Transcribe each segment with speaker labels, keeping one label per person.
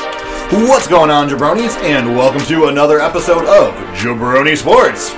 Speaker 1: What's going on, jabronis? And welcome to another episode of Jabroni Sports.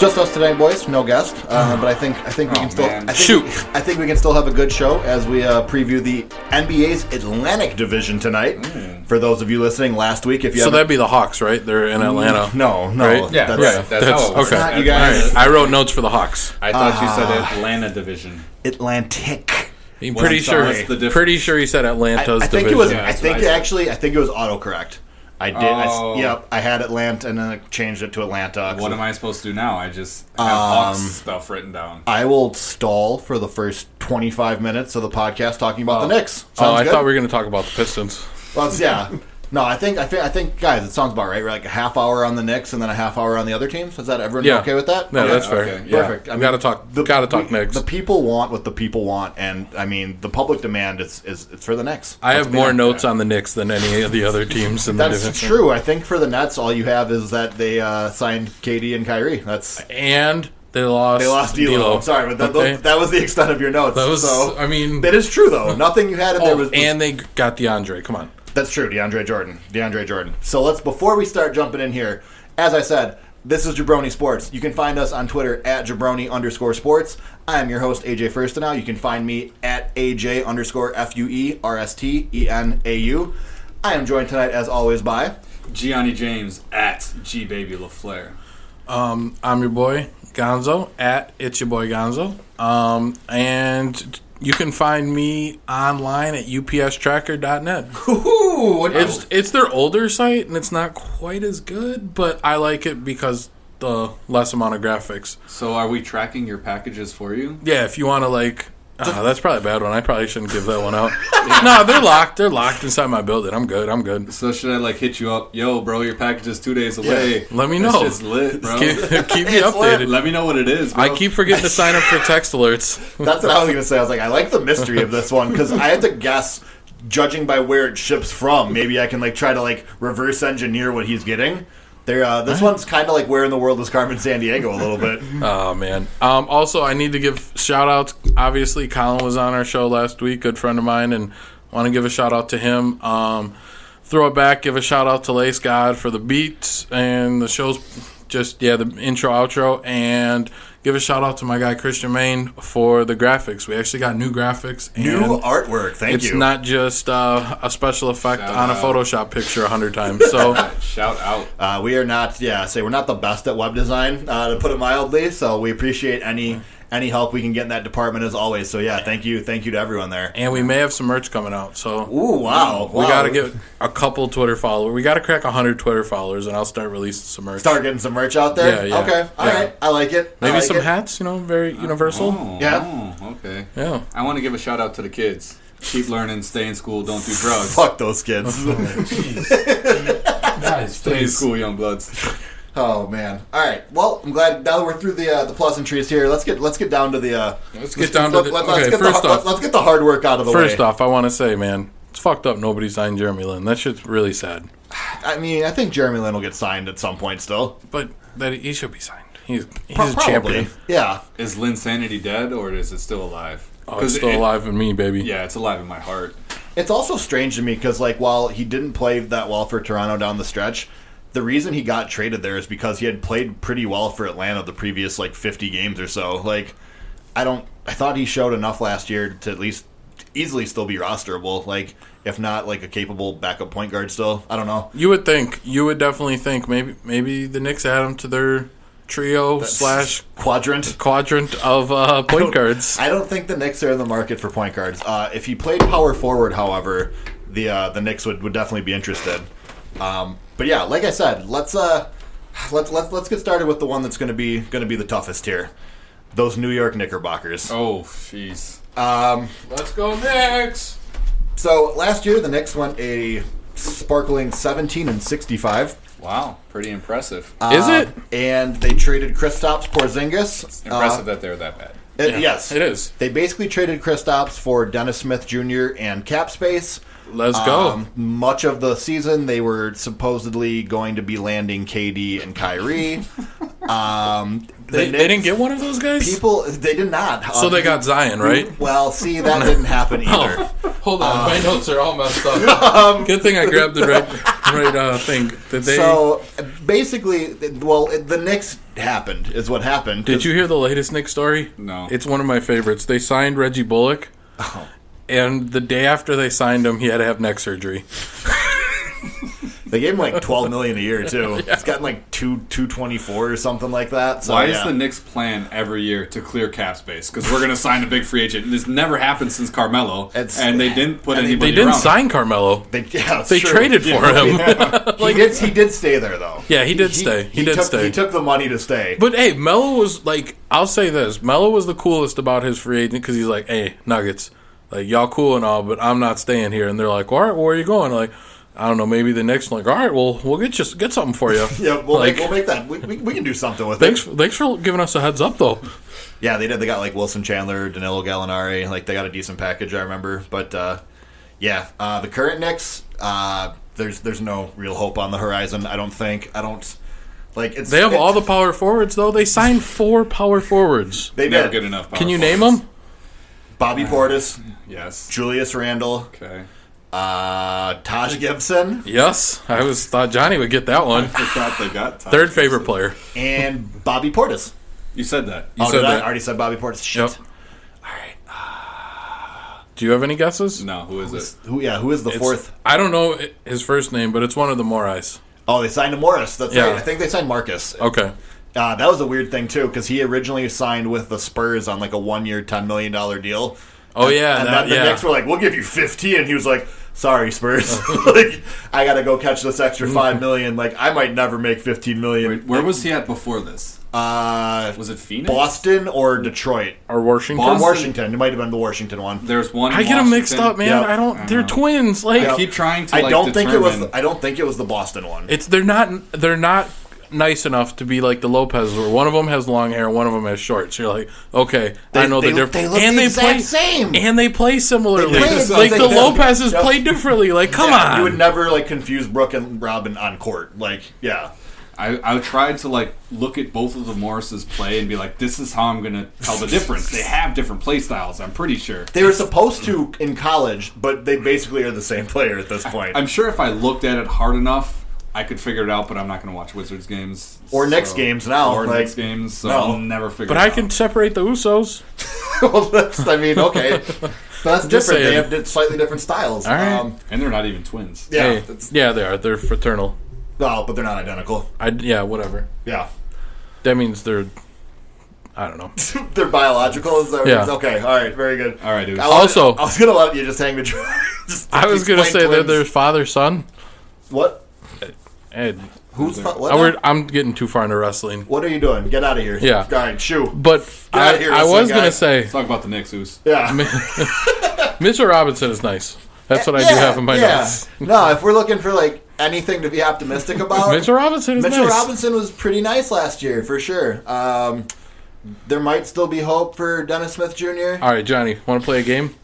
Speaker 1: Just us today, boys. No guest, uh, but I think I think we can still I think,
Speaker 2: Shoot.
Speaker 1: I think we can still have a good show as we uh, preview the NBA's Atlantic Division tonight. For those of you listening last week, if you
Speaker 2: So
Speaker 1: haven't-
Speaker 2: that'd be the Hawks, right? They're in Atlanta.
Speaker 1: Mm, no no
Speaker 2: Right?
Speaker 3: Yeah,
Speaker 1: that's-
Speaker 3: right. That's, how it works.
Speaker 2: okay.
Speaker 1: Not you guys.
Speaker 2: All right. I wrote notes for the Hawks.
Speaker 3: I thought you said
Speaker 2: Ah.
Speaker 3: Atlanta division.
Speaker 1: Atlantic.
Speaker 2: I'm
Speaker 3: Well,
Speaker 2: pretty
Speaker 3: I'm
Speaker 2: sure.
Speaker 3: sorry. What's the difference?
Speaker 2: pretty sure he said Atlanta's
Speaker 1: I think
Speaker 2: division.
Speaker 1: it was.
Speaker 3: Yeah,
Speaker 1: I
Speaker 3: that's
Speaker 1: think
Speaker 3: what I said.
Speaker 1: actually. I think it was autocorrect. I did. I s
Speaker 3: Oh.
Speaker 1: yep. I had Atlanta and then I changed it to Atlanta.
Speaker 3: What am I supposed to do now? I just have
Speaker 2: Um,
Speaker 3: Hawks stuff written down.
Speaker 1: I will stall for the first 25 minutes of the podcast talking about the Knicks. Sounds
Speaker 2: oh, I
Speaker 1: good?
Speaker 2: thought we were going to talk about the Pistons.
Speaker 1: Well, it's- yeah. No, I think I think I think guys, it sounds about right. We're like a half hour on the Knicks and then a half hour on the other teams. Is that everyone
Speaker 2: Yeah.
Speaker 1: okay with that?
Speaker 2: No,
Speaker 1: Okay.
Speaker 2: that's fair.
Speaker 3: okay.
Speaker 2: Yeah.
Speaker 1: Perfect. I mean,
Speaker 2: gotta talk. gotta talk
Speaker 1: we-
Speaker 2: Knicks.
Speaker 1: The people want what the people want, and I mean the public demand is is it's for the Knicks.
Speaker 2: I have more notes on the Knicks than any of the other teams in the
Speaker 1: That's
Speaker 2: division.
Speaker 1: true. I think for the Nets, all you have is that they uh, signed KD and Kyrie. That's
Speaker 2: And they lost.
Speaker 1: they lost D'Lo. I'm sorry, but that,
Speaker 2: Okay.
Speaker 1: that was the extent of your notes.
Speaker 2: That was.
Speaker 1: so,
Speaker 2: I mean.
Speaker 1: that is true though. Nothing you had in there
Speaker 2: oh,
Speaker 1: was, was
Speaker 2: and they got DeAndre. Come on.
Speaker 1: That's true, DeAndre Jordan. DeAndre Jordan. So let's before we start jumping in here, as I said, this is Jabroni Sports. You can find us on Twitter at Jabroni underscore sports. I am your host, AJ Firstenow. You can find me at AJ underscore F U E R S T E N A U. I am joined tonight as always by
Speaker 3: Gianni James at G Baby LaFleur.
Speaker 2: Um, I'm your boy Gonzo at it's your boy Gonzo. Um, and you can find me online at upstracker.net. It's it's their older site and it's not quite as good, but I like it because the less amount of graphics.
Speaker 3: So are we tracking your packages for you?
Speaker 2: Yeah, if you want to like. ah, that's probably a bad one. I probably shouldn't give that one out. No, they're locked. They're locked inside my building. I'm good. I'm good.
Speaker 3: So should I like hit you up? Yo, bro, your package is two days away.
Speaker 2: Let me
Speaker 3: That
Speaker 2: know.
Speaker 3: shit's lit, bro.
Speaker 2: Keep, keep me
Speaker 1: It's lit.
Speaker 2: updated.
Speaker 3: Let me know what it is. Bro.
Speaker 2: I keep forgetting to sign up for text alerts.
Speaker 1: That's what I was going to say. I was like, I like the mystery of this one because I had to guess, judging by where it ships from, maybe I can like try to like reverse engineer what he's getting. There, uh, this one's kind of like where in the world is Carmen San Diego a little bit.
Speaker 2: Oh man. Um, also, I need to give shout outs. Obviously, Colin was on our show last week, good friend of mine, and want to give a shout out to him. Um, throw it back, give a shout out to Lace God for the beats and the show's just yeah the intro outro, and give a shout out to my guy Christian Main for the graphics. We actually got new graphics. And
Speaker 1: New artwork, thank
Speaker 2: It's
Speaker 1: you.
Speaker 2: not just uh, a special effect
Speaker 3: Shout
Speaker 2: on a
Speaker 3: out.
Speaker 2: Photoshop picture a hundred times. So
Speaker 3: Shout out.
Speaker 1: uh, we are not, yeah, say we're not the best at web design, uh, to put it mildly. So we appreciate any any help we can get in that department as always. So yeah, thank you, thank you to everyone there.
Speaker 2: and we may have some merch coming out. So
Speaker 1: Ooh, wow,
Speaker 2: We gotta get a couple Twitter followers. We gotta crack hundred Twitter followers, and I'll start releasing some merch.
Speaker 1: start getting some merch out there.
Speaker 2: Yeah, yeah,
Speaker 1: okay, all right,
Speaker 2: yeah.
Speaker 1: I like it. I
Speaker 2: Maybe
Speaker 1: like
Speaker 2: some
Speaker 1: it.
Speaker 2: hats. You know, very universal.
Speaker 3: Oh,
Speaker 1: Yeah.
Speaker 3: oh, okay.
Speaker 2: Yeah.
Speaker 3: I want to give a shout out to the kids. Keep learning, stay in school, don't do drugs.
Speaker 1: Fuck those kids.
Speaker 3: Stay in school, young bloods.
Speaker 1: Oh man! All right. Well, I'm glad now that we're through the uh, the pleasantries here. Let's get let's get down to the. Uh,
Speaker 2: Let's get down to the-
Speaker 1: let-
Speaker 2: okay,
Speaker 1: get
Speaker 2: first
Speaker 1: the,
Speaker 2: off-
Speaker 1: let's get the hard work out of the way.
Speaker 2: First off, I want to say, man, it's fucked up. Nobody signed Jeremy Lin. That shit's really sad.
Speaker 1: I mean, I think Jeremy Lin will get signed at some point still.
Speaker 2: But that he should be signed. He's he's
Speaker 1: Pro-
Speaker 2: a
Speaker 1: probably.
Speaker 2: champion.
Speaker 1: Yeah.
Speaker 3: Is Lin Sanity dead or is it still alive?
Speaker 2: Oh, it's
Speaker 3: 'Cause
Speaker 2: still
Speaker 3: it-
Speaker 2: alive in me, baby.
Speaker 3: Yeah, it's alive in my heart.
Speaker 1: It's also strange to me because like while he didn't play that well for Toronto down the stretch, the reason he got traded there is because he had played pretty well for Atlanta the previous like 50 games or so. Like, I don't. I thought he showed enough last year to at least easily still be rosterable. Like, if not like a capable backup point guard still. I don't know.
Speaker 2: You would think. You would definitely think. Maybe maybe the Knicks add him to their trio slash
Speaker 1: quadrant.
Speaker 2: quadrant of uh, point guards.
Speaker 1: I don't think the Knicks are in the market for point guards. Uh, if he played power forward, however, the uh, the Knicks would, would definitely be interested. Um, but yeah, like I said, let's uh, let's let's let's get started with the one that's going to be going to be the toughest here. Those New York Knickerbockers.
Speaker 3: Oh, jeez.
Speaker 2: Let's go Knicks.
Speaker 1: So last year, the Knicks went a sparkling seventeen and sixty-five,
Speaker 3: Wow, pretty impressive.
Speaker 2: Is it?
Speaker 1: Uh, and they traded Kristaps Porzingis.
Speaker 3: impressive that they're that bad.
Speaker 1: Uh, it- yes,
Speaker 2: It is.
Speaker 1: They basically traded Kristaps for Dennis Smith Jr. and cap space.
Speaker 2: Let's go.
Speaker 1: Um, much of the season, they were supposedly going to be landing KD and Kyrie. um, the
Speaker 2: They, they didn't
Speaker 1: Knicks-
Speaker 2: get one of those guys.
Speaker 1: people. They did not.
Speaker 2: so
Speaker 1: Um,
Speaker 2: they got Zion, right?
Speaker 1: Well, see, that didn't happen either.
Speaker 2: Oh, Hold on, my notes are all messed up. Good thing I grabbed the right, right uh, thing. Did they?
Speaker 1: So basically, well, the Knicks happened is what happened.
Speaker 2: did you hear the latest Nick story?
Speaker 3: No.
Speaker 2: It's one of my favorites. They signed Reggie Bullock, and the day after they signed him, he had to have neck surgery.
Speaker 1: They gave him like twelve million a year too. It's gotten like two two twenty four or something like that.
Speaker 2: Oh,
Speaker 1: So,
Speaker 3: Why
Speaker 1: yeah.
Speaker 3: is the Knicks plan every year to clear cap space? Because we're going to sign a big free agent. And this never happened since Carmelo,
Speaker 1: It's-
Speaker 3: and they didn't put
Speaker 1: and they-
Speaker 3: anybody.
Speaker 2: They didn't
Speaker 3: around.
Speaker 2: sign Carmelo.
Speaker 1: They, yeah, it's
Speaker 2: They
Speaker 1: true.
Speaker 2: traded for him.
Speaker 1: he did. He did stay there though.
Speaker 2: Yeah, he did stay. He did
Speaker 1: took,
Speaker 2: stay.
Speaker 1: He took the money to stay.
Speaker 2: But hey, Melo was like, I'll say this: Melo was the coolest about his free agent because he's like, "Hey, Nuggets, like y'all cool and all, but I'm not staying here." And they're like, "All right, where are you going?" Like, I don't know, maybe the next. Like, all right, well, we'll get you get something for you.
Speaker 1: yeah, we'll,
Speaker 2: like,
Speaker 1: make, we'll make that. We, we, we can do something with
Speaker 2: thanks,
Speaker 1: it.
Speaker 2: thanks for giving us a heads up, though.
Speaker 1: Yeah, they did. They got like Wilson Chandler, Danilo Gallinari. Like they got a decent package, I remember. But uh, yeah, uh, the current Knicks, uh, there's there's no real hope on the horizon. I don't think. I don't like. It's,
Speaker 2: They have
Speaker 1: it-
Speaker 2: all the power forwards, though. They signed four power forwards.
Speaker 1: They
Speaker 3: Never
Speaker 1: did.
Speaker 3: good enough. power
Speaker 2: Can you name
Speaker 3: forwards.
Speaker 2: them?
Speaker 1: Bobby Portis,
Speaker 3: Yes.
Speaker 1: Julius Randle,
Speaker 3: Okay.
Speaker 1: uh, Taj Gibson,
Speaker 2: Yes, I was thought Johnny would get that one.
Speaker 3: I thought they got Taj
Speaker 2: Third
Speaker 3: Gibson.
Speaker 2: favorite player.
Speaker 1: and Bobby Portis.
Speaker 3: You said that.
Speaker 2: You
Speaker 1: oh,
Speaker 2: said
Speaker 1: did I?
Speaker 2: that.
Speaker 1: I already said Bobby Portis. Shit. uh,
Speaker 2: Yep. Do you have any guesses?
Speaker 3: no, who is it?
Speaker 1: Who? Yeah. Who is the fourth?
Speaker 2: I don't know i- his first name, but it's one of the Morais.
Speaker 1: Oh, they signed Morris. That's
Speaker 2: Yeah. Oh,
Speaker 1: right. I think they signed Marcus.
Speaker 2: Okay.
Speaker 1: Uh, that was a weird thing too, because he originally signed with the Spurs on like a one-year, ten million dollar deal.
Speaker 2: Oh yeah,
Speaker 1: and
Speaker 2: that-
Speaker 1: then the
Speaker 2: yeah.
Speaker 1: Knicks were like, "We'll give you 15. and he was like, "Sorry, Spurs. like, I gotta go catch this extra five million. Like, I might never make fifteen million.
Speaker 3: Where was he at before this?
Speaker 1: Uh,
Speaker 3: Was it Phoenix?
Speaker 1: Boston or Detroit
Speaker 2: or Washington.
Speaker 1: or
Speaker 3: Boston?
Speaker 1: Washington? It might have been the Washington one.
Speaker 3: There's one.
Speaker 2: I
Speaker 3: in
Speaker 2: get them mixed
Speaker 3: Washington.
Speaker 2: up, man.
Speaker 1: Yep.
Speaker 2: I don't. They're
Speaker 3: know.
Speaker 2: twins. Like
Speaker 3: I keep trying to.
Speaker 1: I
Speaker 3: like,
Speaker 1: don't think it was.
Speaker 3: determine-
Speaker 1: I don't think it was the Boston one.
Speaker 2: it's they're not they're not nice enough to be like the Lopez, where one of them has long hair, one of them has shorts. You're like, okay, I know
Speaker 1: they-
Speaker 2: the difference.
Speaker 1: they look the exact same.
Speaker 2: and they play similarly.
Speaker 1: They play the
Speaker 2: like
Speaker 1: same
Speaker 2: the
Speaker 1: thing.
Speaker 2: Lopez's
Speaker 1: Yep.
Speaker 2: play differently. Like, come
Speaker 1: Yeah,
Speaker 2: on.
Speaker 1: You would never like confuse Brooke and Robin on court. Like, yeah.
Speaker 3: I, I tried to like look at both of the Morris's play and be like, this is how I'm gonna tell the difference. They have different play styles. I'm pretty sure.
Speaker 1: They were supposed to in college, but they basically are the same player at this point.
Speaker 3: I'm sure if I looked at it hard enough, I could figure it out. But I'm not gonna watch Wizards games
Speaker 1: Or Knicks games now,
Speaker 3: or
Speaker 1: like-
Speaker 3: Knicks games. So
Speaker 1: No.
Speaker 3: I'll never figure.
Speaker 2: but
Speaker 3: it
Speaker 2: I
Speaker 3: out.
Speaker 2: can separate the Usos.
Speaker 1: well, that's, I mean, okay. That's different. They
Speaker 2: saying.
Speaker 1: have di- slightly different styles. Um,
Speaker 2: All right.
Speaker 3: And they're not even twins.
Speaker 1: yeah.
Speaker 2: Hey,
Speaker 1: it's-
Speaker 2: yeah, they are. They're fraternal.
Speaker 1: no, but they're not identical.
Speaker 2: I yeah, whatever.
Speaker 1: Yeah.
Speaker 2: That means they're. I don't know.
Speaker 1: they're biological. Is that what
Speaker 2: Yeah.
Speaker 1: it's- Okay. All right. Very good.
Speaker 3: All right, dude.
Speaker 1: I was-
Speaker 2: Also-
Speaker 1: I was going to let you just hang the tr- just
Speaker 2: I was gonna say
Speaker 1: explain
Speaker 2: that
Speaker 1: twins.
Speaker 2: there's father son.
Speaker 1: What?
Speaker 2: And
Speaker 1: Who's. Fu- what,
Speaker 2: I were, I'm getting too far into wrestling.
Speaker 1: what are you doing? Get out of here.
Speaker 2: Yeah.
Speaker 1: All right. Shoo.
Speaker 2: But
Speaker 1: Get
Speaker 2: I,
Speaker 1: outta here,
Speaker 2: I
Speaker 1: listen,
Speaker 2: was gonna
Speaker 1: guys.
Speaker 2: say
Speaker 3: Let's talk about the Knicks. Who's
Speaker 1: Yeah.
Speaker 2: Mitchell Robinson is nice. That's what I do have in my
Speaker 1: yeah.
Speaker 2: notes.
Speaker 1: No, if we're looking for like anything to be optimistic about,
Speaker 2: Mitchell Robinson is
Speaker 1: Mitchell
Speaker 2: nice.
Speaker 1: Robinson was pretty nice last year for sure. Um, there might still be hope for Dennis Smith Jr.
Speaker 2: All right, Johnny, want to play a game?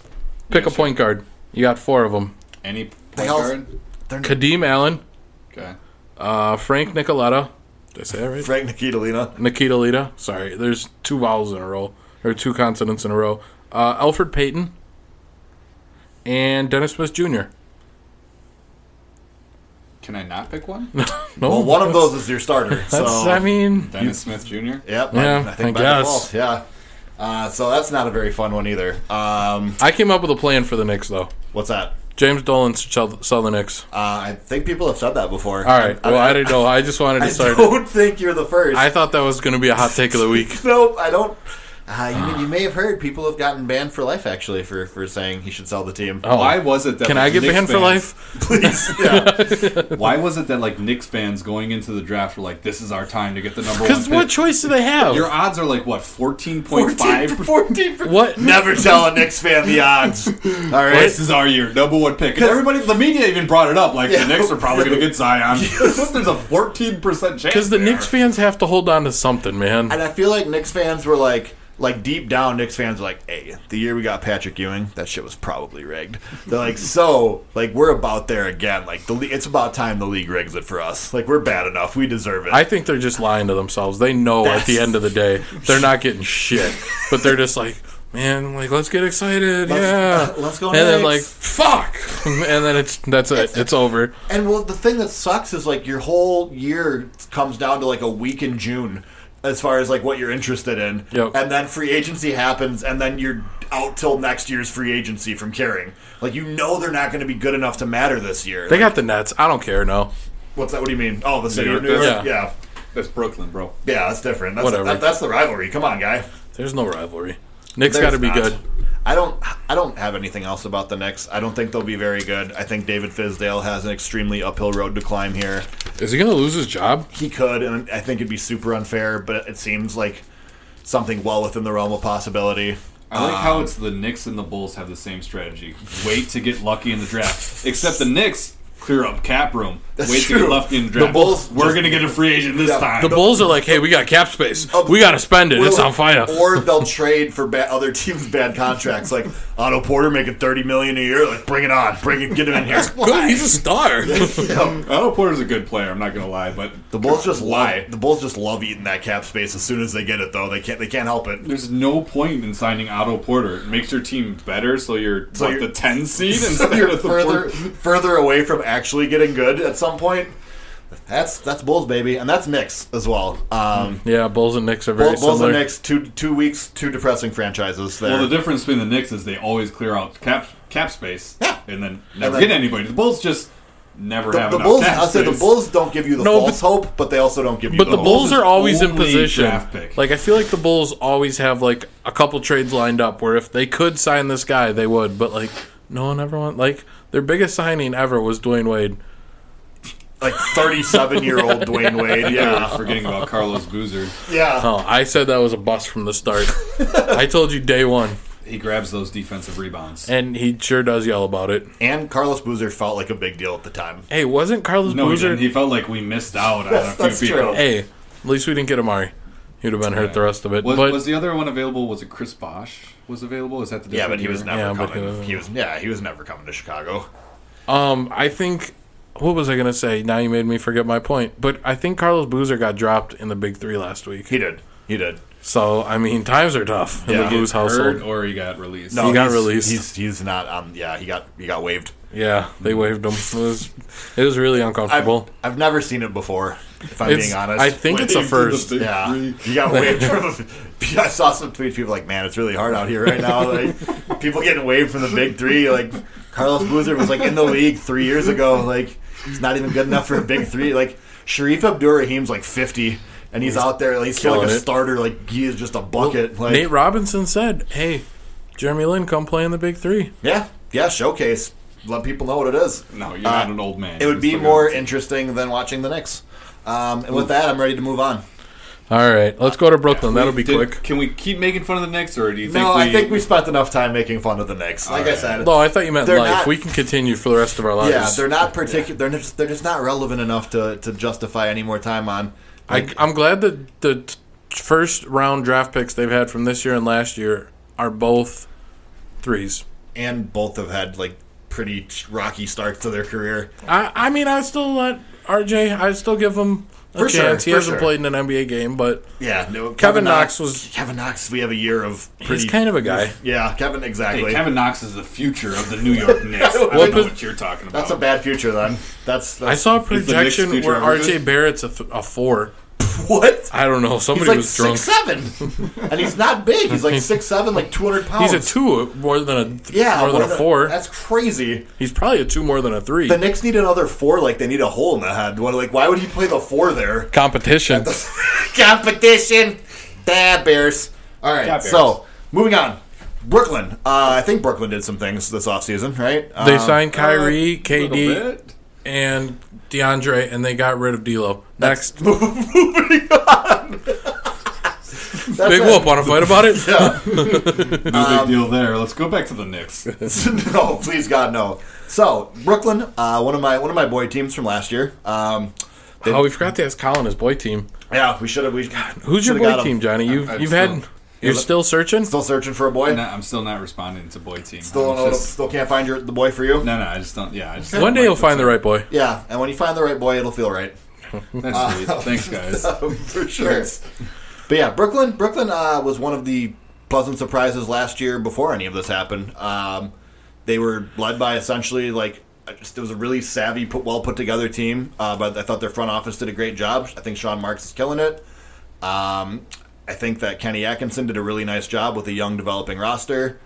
Speaker 2: Pick a point guard. You got four of them:
Speaker 3: any
Speaker 1: They
Speaker 3: point
Speaker 1: all-
Speaker 3: guard?
Speaker 2: Kadeem Allen,
Speaker 3: Okay.
Speaker 2: uh, Frank Nicoletta. Did I say that right?
Speaker 1: Frank Nikitalina.
Speaker 2: Nikita Lita. Sorry, there's two vowels in a row or two consonants in a row. Uh, Alfred Payton and Dennis Smith Jr.
Speaker 3: Can I not pick one?
Speaker 2: No,
Speaker 1: Well, one of those is your starter.
Speaker 2: Oh, That's,
Speaker 1: so
Speaker 2: I mean,
Speaker 3: Dennis Smith Jr.
Speaker 1: yep.
Speaker 2: Yeah, I guess.
Speaker 1: default, yeah. Uh, so that's not a very fun one either. Um,
Speaker 2: I came up with a plan for the Knicks though.
Speaker 1: what's that?
Speaker 2: James Dolan should sell sell the Knicks.
Speaker 1: Uh, I think people have said that before.
Speaker 2: All right. Well, I didn't know. I just wanted to
Speaker 1: I
Speaker 2: start.
Speaker 1: don't think you're the first.
Speaker 2: I thought that was going to be a hot take of the week.
Speaker 1: Nope, I don't. Uh, you, you may have heard people have gotten banned for life actually for, for saying he should sell the team.
Speaker 2: Oh.
Speaker 3: Why was it that
Speaker 2: Can
Speaker 3: like,
Speaker 2: I get
Speaker 3: Knicks
Speaker 2: banned for
Speaker 3: fans-
Speaker 1: Please,
Speaker 2: life?
Speaker 1: yeah.
Speaker 3: Why was it that like Knicks fans going into the draft were like, "This is our time to get the number one"?
Speaker 2: Because
Speaker 3: pick?
Speaker 2: what choice do they have?
Speaker 3: Your odds are like what fourteen point five.
Speaker 1: 14 for-
Speaker 2: what?
Speaker 1: Never tell a Knicks fan the odds. All right.
Speaker 3: This is our year, number one pick. And everybody, the media even brought it up. Like the Knicks are probably going to get Zion. There's a fourteen percent chance.
Speaker 2: Because the
Speaker 3: there.
Speaker 2: Knicks fans have to hold on to something, man.
Speaker 1: And I feel like Knicks fans were like, like deep down, Knicks fans were like, "Hey, the year we got Patrick Ewing, that shit was probably rigged." They're like, "So, like, we're about there again. Like, the le- it's about time the league rigs it for us. Like, we're bad enough. We deserve it."
Speaker 2: I think they're just lying to themselves. They know at the
Speaker 1: That's-
Speaker 2: end of the day they're not getting shit, but they're just like, man, like let's get excited, yeah,
Speaker 1: let's go
Speaker 2: and then like
Speaker 1: Knicks.
Speaker 2: fuck, and then it's that's it, it's over.
Speaker 1: And well, the thing that sucks is like your whole year comes down to like a week in June as far as like what you're interested in.
Speaker 2: Yep.
Speaker 1: And then free agency happens, and then you're out till next year's free agency from caring. Like you know they're not going to be good enough to matter this year.
Speaker 2: They got the Nets. I don't care. No,
Speaker 1: What's that? What do you mean? Oh, the city
Speaker 3: New
Speaker 1: of New York.
Speaker 3: York.
Speaker 1: Yeah.
Speaker 2: Yeah.
Speaker 1: yeah.
Speaker 3: That's Brooklyn, bro.
Speaker 1: that's different. That's,
Speaker 2: Whatever.
Speaker 1: that- that's the rivalry. Come on, guy.
Speaker 2: there's no rivalry. Nick's
Speaker 1: There's
Speaker 2: got to be
Speaker 1: not.
Speaker 2: good.
Speaker 1: I don't. I don't have anything else about the Knicks. I don't think they'll be very good. I think David Fizdale has an extremely uphill road to climb here.
Speaker 2: Is he gonna lose his job?
Speaker 1: he could, and I think it'd be super unfair. But it seems like something well within the realm of possibility.
Speaker 3: I like how
Speaker 1: Um,
Speaker 3: it's the Knicks and the Bulls have the same strategy. Wait to get lucky in the draft. Except the Knicks clear up cap room.
Speaker 1: That's
Speaker 3: Wait to
Speaker 1: true.
Speaker 3: get lucky in the draft.
Speaker 1: The Bulls
Speaker 3: we're
Speaker 1: just-
Speaker 3: gonna get a free agent this
Speaker 1: Yeah,
Speaker 3: time.
Speaker 2: The Bulls are like, hey, we got cap space.
Speaker 1: Oh,
Speaker 2: We got to spend it. It's on fire.
Speaker 1: Or they'll trade for ba- other teams' bad contracts, like Otto Porter making thirty million a year. Like, bring it on, bring it, get him in here.
Speaker 2: Good, he's a star.
Speaker 1: Yep.
Speaker 3: Otto Porter's a good player. I'm not gonna lie, but
Speaker 1: The Bulls just lie. The Bulls just love eating that cap space as soon as they get it, though. They can't. They can't help it.
Speaker 3: there's no point in signing Otto Porter. It makes your team better, so you're
Speaker 1: So
Speaker 3: what,
Speaker 1: you're-
Speaker 3: the 10 seed
Speaker 1: So
Speaker 3: instead
Speaker 1: you're
Speaker 3: of the
Speaker 1: further,
Speaker 3: further.
Speaker 1: further away from actually getting good at some point. That's that's Bulls, baby, and that's Knicks as well. Um,
Speaker 2: yeah, Bulls and Knicks are very
Speaker 1: Bulls
Speaker 2: similar.
Speaker 1: and Knicks, two two weeks, two depressing franchises. There.
Speaker 3: Well, the difference between the Knicks is they always clear out cap cap space
Speaker 1: Yeah.
Speaker 3: and then never
Speaker 1: then-
Speaker 3: get anybody. The Bulls just never
Speaker 1: the,
Speaker 3: have
Speaker 1: the
Speaker 3: enough
Speaker 1: Bulls.
Speaker 3: cap
Speaker 1: I'll say the
Speaker 3: space.
Speaker 1: Bulls don't give you the
Speaker 2: No,
Speaker 1: false hope, but they also don't give you.
Speaker 2: But the Bulls
Speaker 3: Bulls'
Speaker 2: are always in
Speaker 3: only
Speaker 2: position.
Speaker 3: draft pick.
Speaker 2: Like I feel like the Bulls always have like a couple trades lined up where if they could sign this guy, they would. But like no one ever want like their biggest signing ever was Dwayne Wade.
Speaker 1: like thirty-seven-year-old Dwayne Wade. Yeah,
Speaker 3: Forgetting about Carlos Boozer.
Speaker 1: yeah.
Speaker 2: Oh, I said that was a bust from the start. I told you day one,
Speaker 3: He grabs those defensive rebounds.
Speaker 2: and he sure does yell about it.
Speaker 1: And Carlos Boozer felt like a big deal at the time.
Speaker 2: Hey, wasn't Carlos
Speaker 3: No, he,
Speaker 2: Boozer?
Speaker 3: didn't. he felt like we missed out on
Speaker 1: That's-
Speaker 3: a
Speaker 1: that's
Speaker 3: few people.
Speaker 1: true.
Speaker 2: hey, at least we didn't get Amari. He'd have been hurt the rest of it.
Speaker 3: Was,
Speaker 2: but
Speaker 3: was the other one available? Was it Chris Bosch was available? Is that the
Speaker 1: Yeah,
Speaker 3: different
Speaker 1: but he was
Speaker 3: year?
Speaker 1: never
Speaker 2: Yeah, but uh, he
Speaker 1: coming.
Speaker 2: was-
Speaker 1: He was yeah, he was never coming to Chicago.
Speaker 2: Um, I think what was I gonna say? Now you made me forget my point. But I think Carlos Boozer got dropped in the big three last week.
Speaker 1: He did. He did.
Speaker 2: So I mean, times are tough in
Speaker 1: Yeah.
Speaker 2: the Blues
Speaker 3: hurt
Speaker 2: household.
Speaker 3: or he got released.
Speaker 2: He got
Speaker 1: he's-
Speaker 2: released.
Speaker 1: He's he's not. Um. Yeah. He got he got waived.
Speaker 2: Yeah, they waved him. It was it was really
Speaker 1: I've,
Speaker 2: uncomfortable.
Speaker 1: I've never seen it before. If I'm
Speaker 2: It's-
Speaker 1: being honest,
Speaker 2: I think it's a
Speaker 3: Waved in the
Speaker 2: first.
Speaker 3: big
Speaker 1: Yeah,
Speaker 3: three.
Speaker 1: you got waived from. The, I saw some tweets. People like, man, it's really hard out here right now. Like, people getting waived from the big three. Like, Carlos Boozer was like in the league three years ago. Like, he's not even good enough for a big three. Like, Sharif Abdurrahim's like fifty, and he's, out there. Like, he's still like a
Speaker 2: killing it.
Speaker 1: starter. Like, he is just a bucket. like,
Speaker 2: Nate Robinson said, "Hey, Jeremy Lin, come play in the big three.
Speaker 1: yeah, yeah, showcase. Let people know what it is.
Speaker 3: No, you're
Speaker 1: Uh,
Speaker 3: not an old man.
Speaker 1: It
Speaker 3: You
Speaker 1: would be
Speaker 3: still got-
Speaker 1: more interesting than watching the Knicks. Um, and with that, I'm ready to move on.
Speaker 2: All right, let's go to Brooklyn. That'll be
Speaker 3: Did-
Speaker 2: quick.
Speaker 3: Can we keep making fun of the Knicks, or do you think
Speaker 1: No,
Speaker 3: we,
Speaker 1: I think we spent enough time making fun of the Knicks. Like I
Speaker 3: Alright.
Speaker 1: said,
Speaker 2: No, I thought you meant
Speaker 1: They're
Speaker 2: life.
Speaker 1: not-
Speaker 2: we can continue for the rest of our lives.
Speaker 1: Yeah, they're not particular. They're just they're just not relevant enough to, to justify any more time on.
Speaker 2: I, I'm glad that the t- first round draft picks they've had from this year and last year are both threes.
Speaker 1: And both have had like pretty rocky starts to their career.
Speaker 2: I, I mean, I still let RJ. I still give him a
Speaker 1: For sure,
Speaker 2: chance.
Speaker 1: for
Speaker 2: he hasn't
Speaker 1: sure.
Speaker 2: played in an NBA game, but
Speaker 1: Yeah, no, Kevin,
Speaker 2: Knox was-
Speaker 1: Kevin Knox. We have a year of pretty.
Speaker 2: he's kind of a guy.
Speaker 1: yeah, Kevin exactly.
Speaker 3: Hey, Kevin Knox is the future of the New York Knicks. I don't
Speaker 2: What
Speaker 3: know
Speaker 2: pos-
Speaker 3: what you're talking about.
Speaker 1: that's a bad future then. That's,
Speaker 2: I
Speaker 1: that's
Speaker 2: saw a
Speaker 3: Knicks
Speaker 2: projection
Speaker 3: future
Speaker 2: where
Speaker 3: ever good?
Speaker 2: RJ Barrett's a, th- a four.
Speaker 1: what.
Speaker 2: I don't know.
Speaker 1: He's
Speaker 2: Somebody
Speaker 1: like
Speaker 2: was drunk.
Speaker 1: six seven, and he's not big. He's like six seven, like two hundred pounds.
Speaker 2: He's a two more than a th-
Speaker 1: Yeah,
Speaker 2: more than
Speaker 1: what
Speaker 2: a four.
Speaker 1: That's crazy.
Speaker 2: He's probably a two more than a three.
Speaker 1: The Knicks need another four. Like they need a hole in the head. What, like why would he play the four there?
Speaker 2: Competition.
Speaker 1: competition. Bad Bears. All right.
Speaker 3: Yeah, Bears.
Speaker 1: So moving on. Brooklyn. Uh, I think Brooklyn did some things this offseason, right?
Speaker 2: They
Speaker 1: Um,
Speaker 2: signed Kyrie,
Speaker 3: Little
Speaker 2: KD,
Speaker 3: bit.
Speaker 2: and DeAndre, and they got rid of D'Lo. Next,
Speaker 1: that's
Speaker 2: big
Speaker 1: it.
Speaker 2: whoop. Want to fight about it?
Speaker 3: No
Speaker 2: Um,
Speaker 3: big deal there. Let's go back to the Knicks.
Speaker 1: no, please God, no. So Brooklyn, uh, one of my one of my boy teams from last year. Um,
Speaker 2: Oh, we forgot to ask Colin his boy team.
Speaker 1: yeah, we should have. We
Speaker 2: Who's your
Speaker 1: should've got
Speaker 2: boy
Speaker 1: him.
Speaker 2: team, Johnny? You've
Speaker 3: I'm
Speaker 2: you've
Speaker 3: still-
Speaker 2: had you're still searching.
Speaker 1: Still searching for a boy.
Speaker 3: No, I'm still not responding to boy team.
Speaker 1: Still,
Speaker 3: I'm
Speaker 1: don't know-
Speaker 3: just-
Speaker 1: still can't find your, the boy for you.
Speaker 3: no, no, I just don't. Yeah, I just
Speaker 2: One day
Speaker 3: you
Speaker 2: you'll find the right boy.
Speaker 1: Yeah, and when you find the right boy, it'll feel right.
Speaker 3: That's sweet. Thanks, guys.
Speaker 1: for sure. But yeah, Brooklyn. Brooklyn uh, was one of the pleasant surprises last year before any of this happened. Um, they were led by essentially like I just, it was a really savvy, put, well put together team. Uh, but I thought their front office did a great job. I think Sean Marks is killing it. Um, I think that Kenny Atkinson did a really nice job with a young developing roster,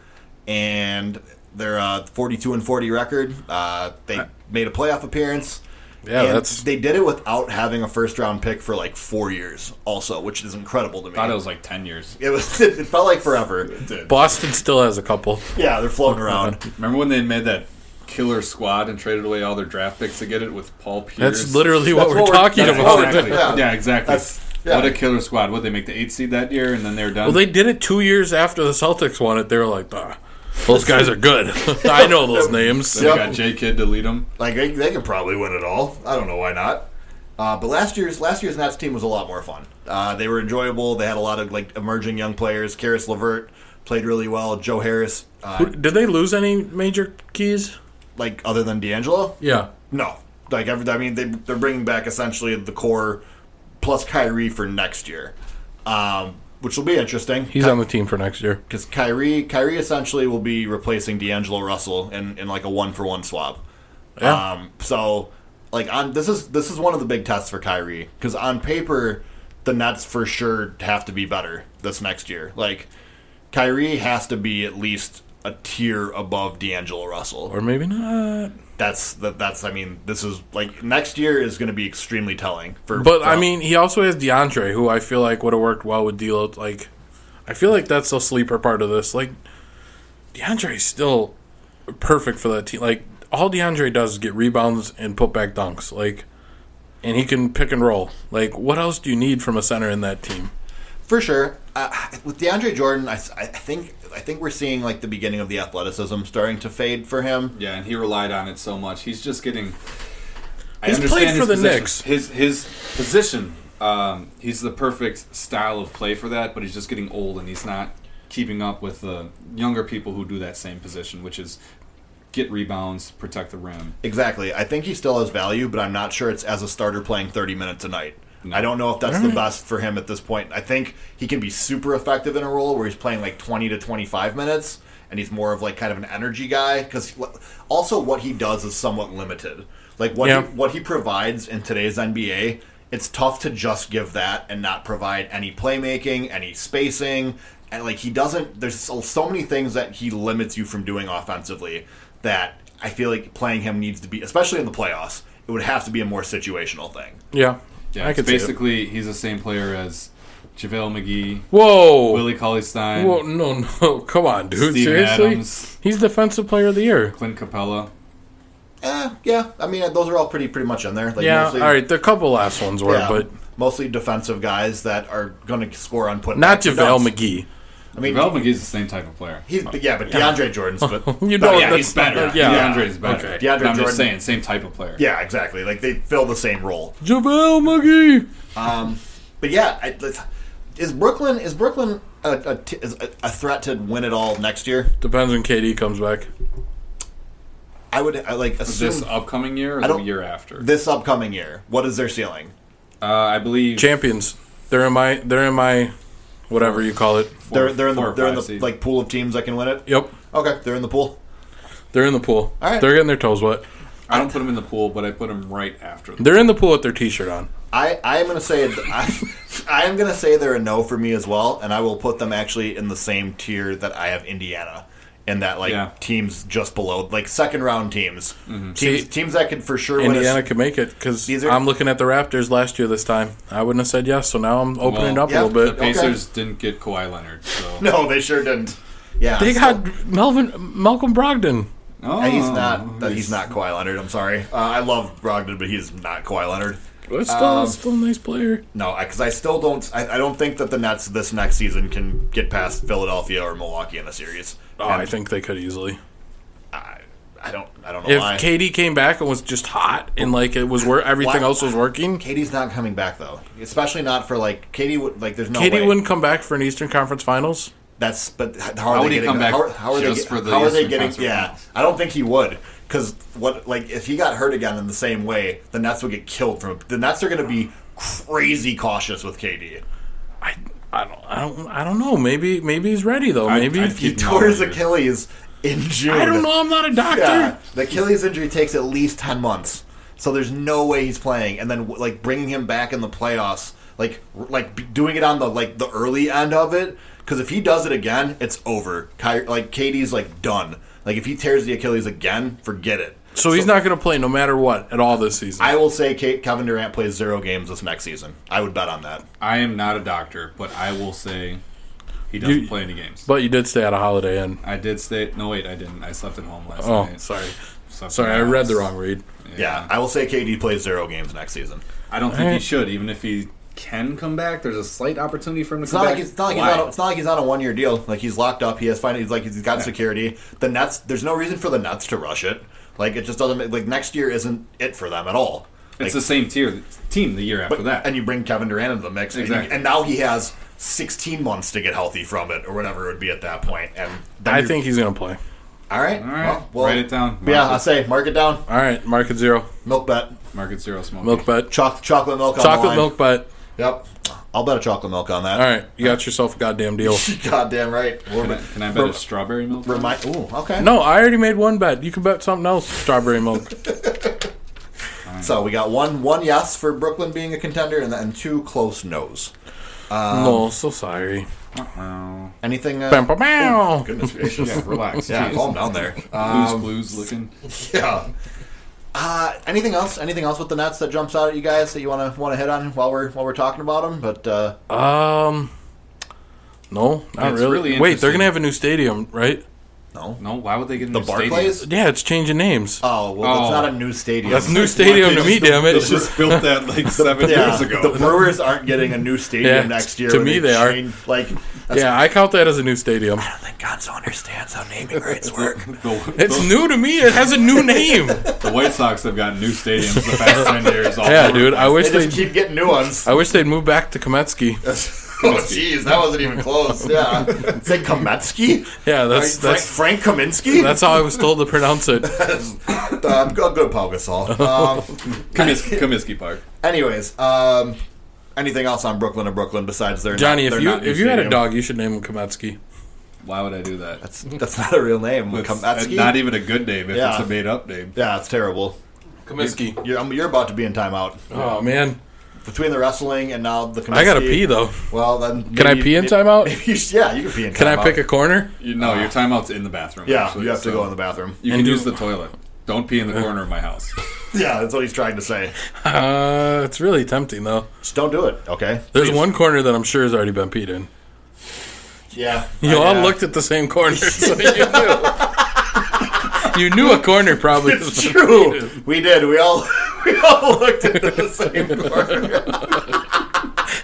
Speaker 1: and their uh, 42 and 40 record. Uh, they made a playoff appearance.
Speaker 2: Yeah,
Speaker 1: and
Speaker 2: that's-
Speaker 1: they did it without having a first round pick for like four years, also, which is incredible to me.
Speaker 3: thought it was like ten years.
Speaker 1: It was. It felt like forever.
Speaker 2: Boston still has a couple.
Speaker 1: Yeah, they're floating around.
Speaker 3: Remember when they made that killer squad and traded away all their draft picks to get it with Paul Pierce?
Speaker 2: That's literally what
Speaker 1: That's
Speaker 2: we're
Speaker 1: what we're-
Speaker 2: talking
Speaker 1: that's
Speaker 2: about.
Speaker 1: what we're
Speaker 3: Exactly.
Speaker 1: doing. Yeah.
Speaker 3: Yeah, exactly.
Speaker 1: That's- yeah.
Speaker 3: What a killer squad! What they make the eight seed that year, and then they're done.
Speaker 2: Well, they did it two years after the Celtics won it. They were like, "Ah, those guys are good. I know those names.
Speaker 3: They
Speaker 1: Yep.
Speaker 3: got J Kid to lead them.
Speaker 1: Like they, they could probably win it all. I don't know why not. Uh, but last year's last year's Nats team was a lot more fun. Uh, they were enjoyable. They had a lot of like emerging young players. Karis Levert played really well. Joe Harris, uh,
Speaker 2: Did they lose any major keys?
Speaker 1: like other than D'Angelo,
Speaker 2: Yeah.
Speaker 1: no. Like every, I mean, they they're bringing back essentially the core plus Kyrie for next year, um, which will be interesting.
Speaker 2: He's on the team for next year.
Speaker 1: because Kyrie Kyrie essentially will be replacing D'Angelo Russell in, in like a one for one swap.
Speaker 2: Yeah.
Speaker 1: Um, so like on this is this is one of the big tests for Kyrie because on paper the Nets for sure have to be better this next year. Like Kyrie has to be at least a tier above D'Angelo Russell.
Speaker 2: Or maybe not.
Speaker 1: That's that, that's I mean this is like next year is going to be extremely telling for.
Speaker 2: But
Speaker 1: for-
Speaker 2: I mean, he also has DeAndre, who I feel like would have worked well with D'Lo. Like, I feel like that's the sleeper part of this. Like, DeAndre's still perfect for that team. Like, all DeAndre does is get rebounds and put back dunks. Like, and he can pick and roll. Like, what else do you need from a center in that team?
Speaker 1: For sure, uh, with DeAndre Jordan, I, s- I think I think we're seeing like the beginning of the athleticism starting to fade for him.
Speaker 3: Yeah, and he relied on it so much. He's just getting. I
Speaker 2: He's
Speaker 3: understand
Speaker 2: played for the
Speaker 3: position-
Speaker 2: Knicks.
Speaker 3: His his position. Um, he's the perfect style of play for that, but he's just getting old, and he's not keeping up with the younger people who do that same position, which is get rebounds, protect the rim.
Speaker 1: Exactly. I think he still has value, but I'm not sure it's as a starter playing 30 minutes a night. I don't know if that's the best for him at this point. I think he can be super effective in a role where he's playing like 20 to 25 minutes, and he's more of like kind of an energy guy. Because also what he does is somewhat limited. Like what
Speaker 2: Yeah.
Speaker 1: he, what he provides in today's NBA, it's tough to just give that and not provide any playmaking, any spacing, and like he doesn't. There's so, so many things that he limits you from doing offensively that I feel like playing him needs to be, especially in the playoffs. It would have to be a more situational thing.
Speaker 2: Yeah,
Speaker 3: Yeah,
Speaker 2: I
Speaker 3: it's
Speaker 2: could basically.
Speaker 3: basically he's the same player as JaVale McGee,
Speaker 2: Whoa,
Speaker 3: Willie Cauley Stein,
Speaker 2: whoa, no, no, come on, dude.
Speaker 3: Steven
Speaker 2: Seriously,
Speaker 3: Adams.
Speaker 2: he's defensive player of the year.
Speaker 3: Clint Capella.
Speaker 1: Eh, yeah, I mean those are all pretty pretty much in there. Like
Speaker 2: Yeah, all right. The couple last ones were,
Speaker 1: yeah,
Speaker 2: but
Speaker 1: mostly defensive guys that are going to score on put.
Speaker 2: not JaVale McGee.
Speaker 1: I mean,
Speaker 3: JaVale McGee's the same type of player.
Speaker 1: he's yeah, but DeAndre Jordan's. But
Speaker 2: You know,
Speaker 3: yeah,
Speaker 2: that's
Speaker 3: he's better.
Speaker 2: not- yeah.
Speaker 3: DeAndre is better.
Speaker 2: Okay.
Speaker 1: DeAndre
Speaker 3: But I'm
Speaker 1: Jordan-
Speaker 3: just saying, same type of player.
Speaker 1: yeah, exactly. Like they fill the same role.
Speaker 2: JaVale McGee.
Speaker 1: But yeah, I, let's- is Brooklyn is Brooklyn a, a, t- is a, a threat to win it all next year?
Speaker 2: Depends when KD comes back.
Speaker 1: I would I, like assume
Speaker 3: This
Speaker 1: this,
Speaker 3: upcoming year or the
Speaker 1: don't-
Speaker 3: year after?
Speaker 1: upcoming year. What is their ceiling?
Speaker 3: uh, I believe
Speaker 2: Champions. They're in my. They're in my. Whatever you call it.
Speaker 1: They're they're in
Speaker 3: four
Speaker 1: the
Speaker 3: or
Speaker 1: they're in the
Speaker 3: five seed.
Speaker 1: like pool of teams that can win it.
Speaker 2: Yep.
Speaker 1: Okay, they're in the pool.
Speaker 2: They're in the pool.
Speaker 1: All right.
Speaker 2: They're getting their toes wet.
Speaker 3: I don't put him in the pool, but I put him right after. Them.
Speaker 2: They're in the pool with their T-shirt on.
Speaker 1: I I am gonna say I, I am gonna say they're a no for me as well, and I will put them actually in the same tier that I have Indiana. And that like
Speaker 3: Yeah.
Speaker 1: teams just below, like second round teams, teams,
Speaker 2: Mm-hmm. See,
Speaker 1: teams that could for sure
Speaker 2: Indiana
Speaker 1: win.
Speaker 2: can make it because
Speaker 1: These are-
Speaker 2: I'm looking at the Raptors last year. This time, I wouldn't have said yes. So now I'm opening it
Speaker 3: Well,
Speaker 2: up
Speaker 1: yeah.
Speaker 2: a little
Speaker 3: The
Speaker 2: bit.
Speaker 1: Okay.
Speaker 3: Pacers didn't get Kawhi Leonard, so
Speaker 1: A, no, they sure didn't. Yeah,
Speaker 2: They
Speaker 1: so-
Speaker 2: got Melvin Malcolm Brogdon.
Speaker 3: Oh,
Speaker 1: And he's not. that He's not Kawhi Leonard. I'm sorry. Uh, I love Brogdon, but he's not Kawhi Leonard.
Speaker 2: That's still,
Speaker 1: Um,
Speaker 2: still a nice player.
Speaker 1: No, because I, still don't. I, I don't think that the Nets this next season can get past Philadelphia or Milwaukee in a series.
Speaker 2: Oh,
Speaker 1: And
Speaker 2: I think they could easily.
Speaker 1: I, I don't. Oh, I don't know
Speaker 2: If
Speaker 1: why.
Speaker 2: KD came back and was just hot and like it was where everything
Speaker 1: Why-
Speaker 2: else was working,
Speaker 1: Katie's not coming back though, especially not for like Katie. Would like there's no
Speaker 2: KD
Speaker 1: way.
Speaker 2: wouldn't come back for an Eastern Conference Finals.
Speaker 1: That's but how are
Speaker 3: How
Speaker 1: they
Speaker 3: would he
Speaker 1: getting?
Speaker 3: come back
Speaker 1: how, how are they? get-
Speaker 3: just for the
Speaker 1: how are they
Speaker 3: Eastern
Speaker 1: getting?
Speaker 3: Conference
Speaker 1: Yeah,
Speaker 3: Finals?
Speaker 1: I don't think he would because what like if he got hurt again in the same way, the Nets would get killed from. The Nets are going to be crazy cautious with KD.
Speaker 2: I, I don't, I don't, I don't know. Maybe, maybe he's ready though.
Speaker 3: I-
Speaker 2: Maybe
Speaker 3: I
Speaker 2: I,
Speaker 1: He
Speaker 3: keep-
Speaker 1: tore his
Speaker 3: Knowledge.
Speaker 1: Achilles in June.
Speaker 2: don't know. I'm not a doctor.
Speaker 1: Yeah, the Achilles injury takes at least ten months, so there's no way he's playing. And then w- like bringing him back in the playoffs, like r- like b- doing it on the like the early end of it, because if he does it again, it's over. Ky- like Katie's like done. Like if he tears the Achilles again, forget it.
Speaker 2: So he's not going to play no matter what at all this season.
Speaker 1: I will say Kate, Kevin Durant plays zero games this next season. I would bet on that.
Speaker 3: I am not a doctor, but I will say he doesn't
Speaker 2: You-
Speaker 3: play any games.
Speaker 2: but you did stay at a Holiday Inn.
Speaker 3: I did stay. No, wait, I didn't. I slept at home last
Speaker 2: Oh,
Speaker 3: night.
Speaker 2: sorry,
Speaker 3: Slept
Speaker 2: sorry,
Speaker 3: in
Speaker 2: I
Speaker 3: my
Speaker 2: read the
Speaker 3: house.
Speaker 2: wrong read.
Speaker 1: Yeah, I will say KD plays zero games next season.
Speaker 3: I don't think he
Speaker 2: Alright.
Speaker 3: should, even if he can come back. There's a slight opportunity for him to
Speaker 1: It's
Speaker 3: come
Speaker 1: not like
Speaker 3: back.
Speaker 1: he's it's not like
Speaker 3: Why?
Speaker 1: he's on a, it's not like he's on a one year deal. Like he's locked up. He has fin- he's like he's got security. The Nets. There's no reason for the Nets to rush it. Like it just doesn't. make- Like next year isn't it for them at all.
Speaker 3: it's the same tier team the year after that.
Speaker 1: And you bring Kevin Durant into the mix, and you-
Speaker 3: Exactly.
Speaker 1: and, now he has 16 months to get healthy from it, or whatever it would be at that point. And then
Speaker 2: I
Speaker 1: you're-
Speaker 2: think he's going to play.
Speaker 1: all right,
Speaker 3: All right,
Speaker 1: well, well,
Speaker 3: write it down.
Speaker 1: Yeah, I
Speaker 3: Mark
Speaker 1: will say mark it down.
Speaker 2: All right, market zero,
Speaker 1: Milk bet,
Speaker 3: it, mark it zero smoke.
Speaker 2: milk bet,
Speaker 1: Choc- chocolate milk. on the
Speaker 2: chocolate
Speaker 1: line.
Speaker 2: milk bet.
Speaker 1: Yep, I'll bet a chocolate milk on that.
Speaker 2: All right, you got yourself a goddamn deal.
Speaker 1: goddamn right.
Speaker 3: Can I, can I bet a strawberry milk?
Speaker 1: Remind. Ooh, okay.
Speaker 2: No, I already made one bet. You can bet something else. Strawberry milk.
Speaker 1: So we got one one yes for Brooklyn being a contender, and then two close no's.
Speaker 2: no, so sorry.
Speaker 3: Wow.
Speaker 1: Anything?
Speaker 2: Bam,
Speaker 1: Uh,
Speaker 2: bam, bam.
Speaker 1: goodness gracious!
Speaker 3: Yeah, relax.
Speaker 1: yeah,
Speaker 3: Jeez.
Speaker 1: calm down there. Uh,
Speaker 3: Blues, blues looking.
Speaker 1: yeah. Uh, anything else? Anything else with the Nets that jumps out at you guys that you want to want to hit on while we're while we're talking about them? But uh,
Speaker 2: Um, no, not
Speaker 3: It's
Speaker 2: really.
Speaker 3: really
Speaker 2: Wait, they're
Speaker 3: interesting.
Speaker 2: gonna have a new stadium, right?
Speaker 1: no,
Speaker 3: No, why would they get a
Speaker 1: the
Speaker 3: new stadium?
Speaker 1: Barclays.
Speaker 2: Yeah, it's changing names.
Speaker 1: Oh well, that's
Speaker 3: Oh.
Speaker 1: not a new stadium.
Speaker 2: That's new stadium to me, damn it.
Speaker 3: They just built that like seven
Speaker 1: Yeah,
Speaker 3: years ago.
Speaker 1: the Brewers aren't getting a new stadium
Speaker 2: Yeah,
Speaker 1: next year.
Speaker 2: to
Speaker 1: when
Speaker 2: me they are.
Speaker 1: change- Like, that's
Speaker 2: yeah, I count that as a new stadium.
Speaker 1: think Gonzo understands how naming rights work.
Speaker 3: The,
Speaker 2: It's new to me. It has a new name.
Speaker 3: the White Sox have gotten new stadiums the past ten years. all
Speaker 2: Yeah,
Speaker 3: over.
Speaker 2: dude. I wish
Speaker 1: they
Speaker 2: they.
Speaker 1: just keep getting new ones.
Speaker 2: I wish they'd move back to Kometsky.
Speaker 1: oh, jeez, that wasn't even close. Yeah, it's like Kometsky.
Speaker 2: Yeah, that's
Speaker 1: Frank,
Speaker 2: that's
Speaker 1: Frank Kaminsky.
Speaker 2: that's how I was told to pronounce it.
Speaker 1: uh, I'm good, good Paul Gasol. Um,
Speaker 3: Comiskey, Comiskey Park.
Speaker 1: anyways, um, anything else on Brooklyn or Brooklyn besides their
Speaker 2: Johnny, if
Speaker 1: their
Speaker 2: you
Speaker 1: not new
Speaker 2: if you had a
Speaker 1: stadium?
Speaker 2: dog, you should name him Kometsky.
Speaker 3: Why would I do that?
Speaker 1: that's, that's not a real name.
Speaker 2: uh,
Speaker 3: It's
Speaker 1: Kaminsky.
Speaker 3: not even a good name if
Speaker 1: Yeah.
Speaker 3: it's a made up name.
Speaker 1: yeah, it's terrible.
Speaker 2: Kometsky.
Speaker 1: You're, um, you're about to be in timeout
Speaker 2: Oh man,
Speaker 1: between the wrestling and now the. Kaminsky,
Speaker 2: I gotta pee though.
Speaker 1: Well, then
Speaker 2: Can I pee in timeout?
Speaker 1: Maybe you should, yeah, you can pee in.
Speaker 2: Can I
Speaker 1: timeout.
Speaker 2: pick a uh, corner?
Speaker 3: You, no, your timeout's in the bathroom.
Speaker 1: Uh, Yeah,
Speaker 3: actually,
Speaker 1: you have to
Speaker 3: so
Speaker 1: go in the bathroom.
Speaker 3: You
Speaker 2: And
Speaker 3: can
Speaker 2: do-
Speaker 3: use the toilet. Don't pee in the corner of my house.
Speaker 1: Yeah, that's what he's trying to say.
Speaker 2: Uh, it's really tempting though.
Speaker 1: Just don't do it. Okay.
Speaker 2: There's one corner that I'm sure has already been peed in.
Speaker 1: Yeah.
Speaker 2: You all
Speaker 1: Oh, yeah.
Speaker 2: looked at the same corner, so you knew. you knew a corner probably.
Speaker 1: It's
Speaker 2: was been peed
Speaker 1: true.
Speaker 2: in.
Speaker 1: We did. We all we all looked at the same corner.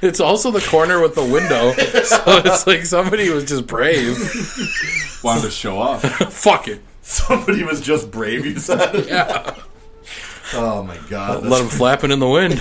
Speaker 2: It's also the corner with the window, so it's like somebody was just brave.
Speaker 3: Wanted to show off.
Speaker 2: Fuck it.
Speaker 1: Somebody was just brave. You said.
Speaker 2: Yeah.
Speaker 1: Oh my god.
Speaker 2: Let them flapping in the wind.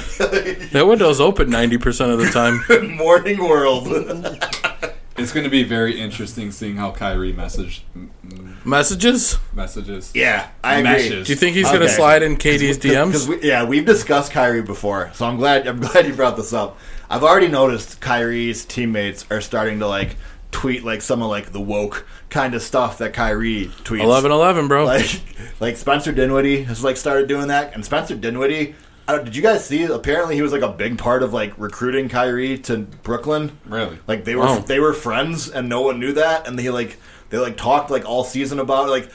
Speaker 2: That window's open 90% of the time.
Speaker 1: Good morning world.
Speaker 3: It's going to be very interesting seeing how Kyrie message m- m-
Speaker 2: Messages?
Speaker 3: messages.
Speaker 1: yeah, I
Speaker 3: Meshes.
Speaker 1: agree.
Speaker 2: Do you think he's going to
Speaker 1: Okay.
Speaker 2: slide in KD's
Speaker 1: Because
Speaker 2: DMs?
Speaker 1: we, yeah, we've discussed Kyrie before, so I'm glad I'm glad you brought this up. I've already noticed Kyrie's teammates are starting to like tweet like some of like the woke kind of stuff that Kyrie tweets.
Speaker 2: 11 11, bro.
Speaker 1: like like Spencer Dinwiddie has like started doing that, and Spencer Dinwiddie. I don't- did you guys see? Apparently, he was like a big part of like recruiting Kyrie to Brooklyn.
Speaker 3: Really?
Speaker 1: Like they were
Speaker 2: Wow.
Speaker 1: they were friends, and no one knew that. And they like they like talked like all season about it. like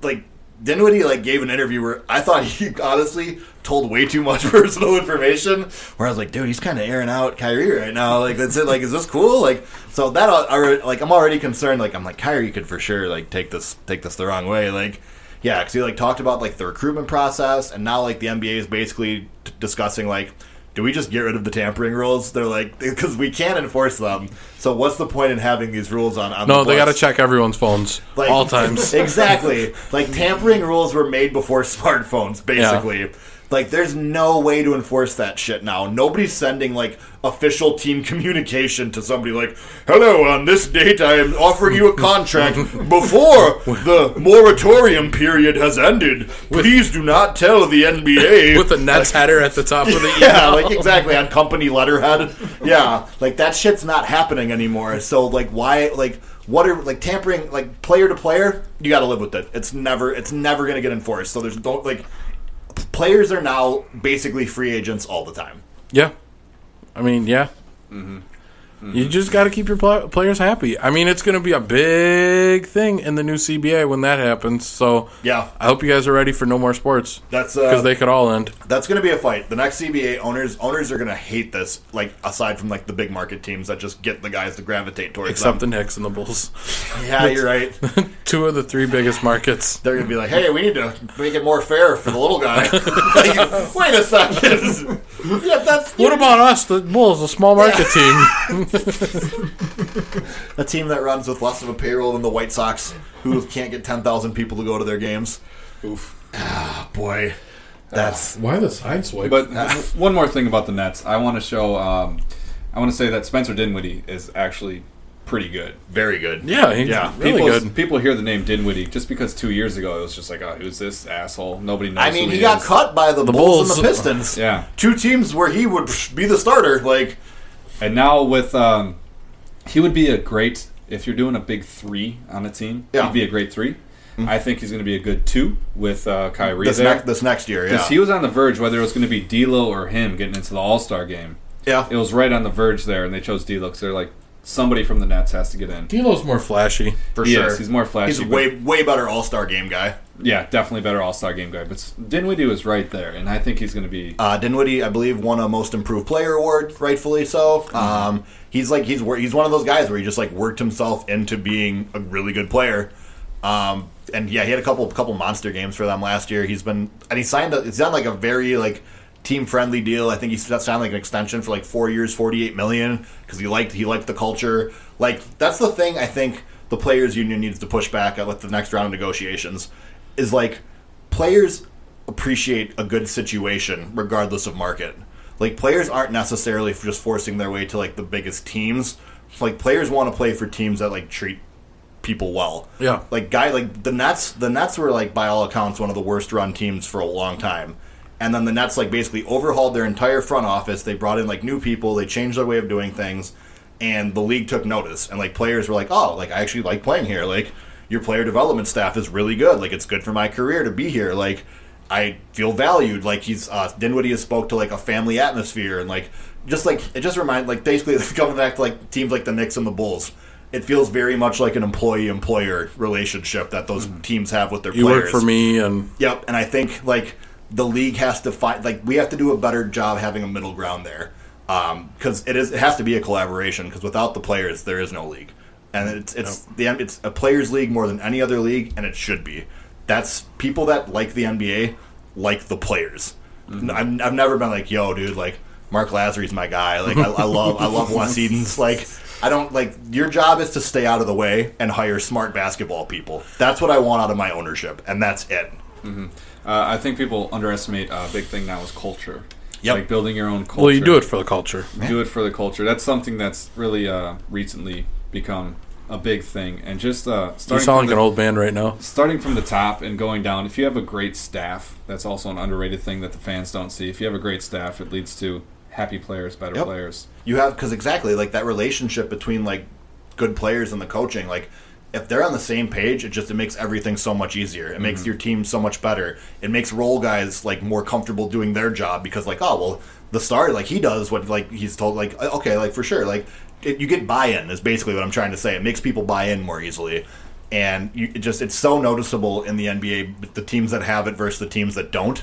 Speaker 1: like Dinwiddie like gave an interview where I thought he honestly told way too much personal information. Where I was like, dude, he's kind of airing out Kyrie right now. Like that's it. Like is this cool? Like so that al- alre- like I'm already concerned. Like I'm like Kyrie could for sure like take this take this the wrong way. Like. Yeah, because he like talked about like the recruitment process, and now like the NBA is basically t- discussing like, do we just get rid of the tampering rules? They're like because we can't enforce them. So what's the point in having these rules on? on
Speaker 2: No,
Speaker 1: the
Speaker 2: they got to
Speaker 1: books?
Speaker 2: check everyone's phones.
Speaker 1: Like-
Speaker 2: all times.
Speaker 1: exactly. Like tampering rules were made before smartphones, basically. Like there's no way to enforce that shit now. Nobody's sending like official team communication to somebody like, "Hello, on this date I am offering you a contract before the moratorium period has ended. Please do not tell the NBA
Speaker 2: With the Nets header at the top of the
Speaker 1: yeah, like exactly on company letterhead. yeah, like that shit's not happening anymore. So like, why? Like, what are like tampering? Like player to player, you got to live with it. It's never, it's never gonna get enforced. So there's don't like, players are now basically free agents all the time.
Speaker 2: Yeah, I mean, yeah.
Speaker 3: Mm-hmm.
Speaker 2: You just got to keep your pl- players happy. I mean, it's going to be a big thing in the new CBA when that happens. So
Speaker 1: Yeah.
Speaker 2: I hope you guys are ready for no more sports
Speaker 1: That's
Speaker 2: because
Speaker 1: uh,
Speaker 2: they could all end.
Speaker 1: that's gonna be a fight. The next CBA owners owners are gonna hate this. Like aside from like the big market teams that just get the guys to gravitate towards
Speaker 2: Except the
Speaker 1: them.
Speaker 2: Knicks and the Bulls,
Speaker 1: Yeah, you're right.
Speaker 2: two of the three biggest markets.
Speaker 1: They're gonna be like, "Hey, we need to make it more fair for the little guy." Like, Wait a second. yeah, that's
Speaker 2: What about us, the Bulls, the small market team?
Speaker 1: a team that runs with less of a payroll than the White Sox, who can't get ten thousand people to go to their games.
Speaker 3: Oof.
Speaker 1: Ah, boy, that's
Speaker 2: Why the side swipe?
Speaker 3: But
Speaker 1: Ah.
Speaker 3: one more thing about the Nets, I want to show. Um, I want to say that Spencer Dinwiddie is actually pretty good.
Speaker 1: very good.
Speaker 2: yeah, he's
Speaker 1: Yeah,
Speaker 2: really
Speaker 3: People's-
Speaker 2: good.
Speaker 3: People hear the name Dinwiddie just because two years ago it was just like, oh, who's this asshole? Nobody knows.
Speaker 1: I mean,
Speaker 3: who
Speaker 1: he got
Speaker 3: is.
Speaker 1: cut by the, Bulls,
Speaker 2: Bulls.
Speaker 1: and the Pistons.
Speaker 3: Yeah,
Speaker 1: two teams where he would be the starter. Like,
Speaker 3: and now with um, he would be a great if you're doing a big three on a team.
Speaker 1: Yeah. Mm-hmm.
Speaker 3: he'd be a great 3 I think he's going to be a good two with uh, Kyrie
Speaker 1: this
Speaker 3: there.
Speaker 1: next this next year, yeah,
Speaker 3: Because he was on the verge whether it was going to be D'Lo or him getting into the All Star game.
Speaker 1: yeah.
Speaker 3: It was right on the verge there, and they chose D'Lo because they're like somebody from the Nets has to get in.
Speaker 2: D'Lo's more flashy.
Speaker 1: for
Speaker 3: He
Speaker 1: sure.
Speaker 3: is. He's more flashy.
Speaker 1: He's a
Speaker 3: but-
Speaker 1: way way better All Star game guy.
Speaker 3: yeah, definitely better All Star game guy. But s- Dinwiddie was right there, and I think he's going to be.
Speaker 1: Uh, Dinwiddie, I believe, won a Most Improved Player award, rightfully so. Um, he's like he's wor- he's one of those guys where he just like worked himself into being a really good player. Um, and yeah, he had a couple couple monster games for them last year. He's been and he signed a, it's done like a very like team friendly deal. I think he signed like an extension for like four years, forty eight million because he liked he liked the culture. Like that's the thing I think the players union needs to push back at with the next round of negotiations is like players appreciate a good situation regardless of market. Like players aren't necessarily f- just forcing their way to like the biggest teams. Like players want to play for teams that like treat people well.
Speaker 2: Yeah.
Speaker 1: Like guy like the Nets the Nets were like by all accounts one of the worst run teams for a long time. And then the Nets like basically overhauled their entire front office. They brought in like new people, they changed their way of doing things, and the league took notice. And like players were like, "Oh, like I actually like playing here. Like your player development staff is really good. Like it's good for my career to be here. Like I feel valued. Like he's uh, Dinwiddie has spoke to like a family atmosphere and like just like it just remind like basically it's coming back to like teams like the Knicks and the Bulls. It feels very much like an employee employer relationship that those teams have with their
Speaker 2: Mm. You
Speaker 1: players.
Speaker 2: work for me, and
Speaker 1: Yep, and I think like the league has to find like we have to do a better job having a middle ground there because it is it has to be a collaboration because without the players there is no league and it's it's the the it's a players league more than any other league and it should be that's people that like the NBA like the players I've, I've never been like yo dude like Mark Lazary's my guy like I, I love I love Wes Edens like I don't like your job is to stay out of the way and hire smart basketball people that's what I want out of my ownership and that's it
Speaker 3: Uh, I think people underestimate a big thing now is culture.
Speaker 1: Yep.
Speaker 3: Like building your own culture.
Speaker 2: well, you do it for the culture.
Speaker 3: do it for the culture. That's something that's really uh, recently become a big thing, and just uh,
Speaker 2: You
Speaker 3: starting
Speaker 2: sound
Speaker 3: from
Speaker 2: like
Speaker 3: the,
Speaker 2: an old man right now.
Speaker 3: starting from the top and going down. If you have a great staff, that's also an underrated thing that the fans don't see. If you have a great staff, it leads to happy players, better
Speaker 1: Yep.
Speaker 3: players.
Speaker 1: you have because exactly like that relationship between like good players and the coaching like if they're on the same page it just it makes everything so much easier it
Speaker 3: Mm-hmm.
Speaker 1: makes your team so much better it makes role guys like more comfortable doing their job because like oh well the star like he does what like he's told like uh, okay like for sure like it, you get buy-in is basically what i'm trying to say it makes people buy in more easily and you, it just it's so noticeable in the nba the teams that have it versus the teams that don't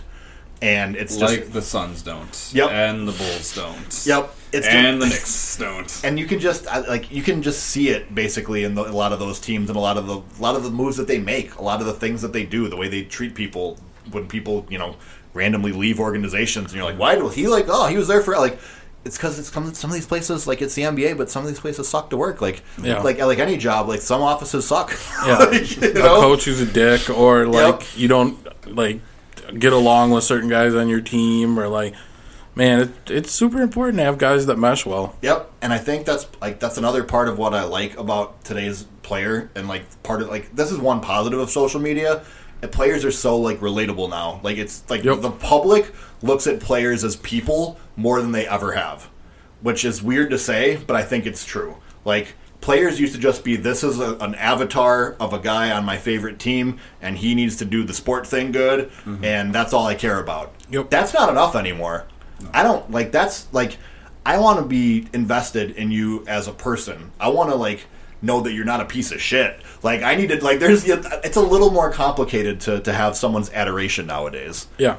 Speaker 1: and it's just
Speaker 3: like the Suns don't.
Speaker 1: Yep.
Speaker 3: And the Bulls don't.
Speaker 1: Yep. It's just-
Speaker 3: and the Knicks don't.
Speaker 1: and you can just I- like you can just see it basically in, the, a lot of those teams and a lot of the a lot of the moves that they make, a lot of the things that they do, the way they treat people when people you know randomly leave organizations, and you're like, why did he like? Oh, he was there for like. It's because it's come some of these places like it's the NBA, but some of these places suck to work. Like,
Speaker 2: Yeah.
Speaker 1: like like any job, like some offices suck.
Speaker 2: Yeah.
Speaker 1: Like, you
Speaker 2: a
Speaker 1: know?
Speaker 2: coach who's a dick or like
Speaker 1: Yep.
Speaker 2: you don't like get along with certain guys on your team or like man it, it's super important to have guys that mesh well
Speaker 1: Yep, and I think that's like that's another part of what I like about today's player, and like part of like this is one positive of social media. And players are so like relatable now. Like it's like
Speaker 2: Yep.
Speaker 1: the public looks at players as people more than they ever have. which is weird to say, but I think it's true. Like players used to just be this is a, an avatar of a guy on my favorite team, and he needs to do the sport thing good, and that's all I care about.
Speaker 2: Yep.
Speaker 1: That's not enough anymore. I don't like that's like I want to be invested in you as a person. I want to like know that you're not a piece of shit. Like I need to like there's it's a little more complicated to to have someone's adoration nowadays.
Speaker 2: Yeah.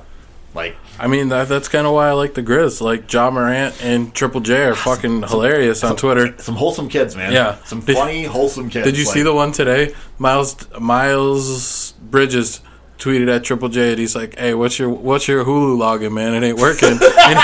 Speaker 1: Like
Speaker 2: I mean that that's kind of why I like the Grizz. Like John Morant and Triple J are fucking hilarious on Twitter.
Speaker 1: some wholesome kids, man.
Speaker 2: Yeah.
Speaker 1: Some
Speaker 2: Did-
Speaker 1: funny wholesome kids.
Speaker 2: Did you
Speaker 1: like-
Speaker 2: see the one today? Miles Miles Bridges tweeted at Triple J and he's like, "Hey, what's your what's your Hulu login, man? It ain't working." and,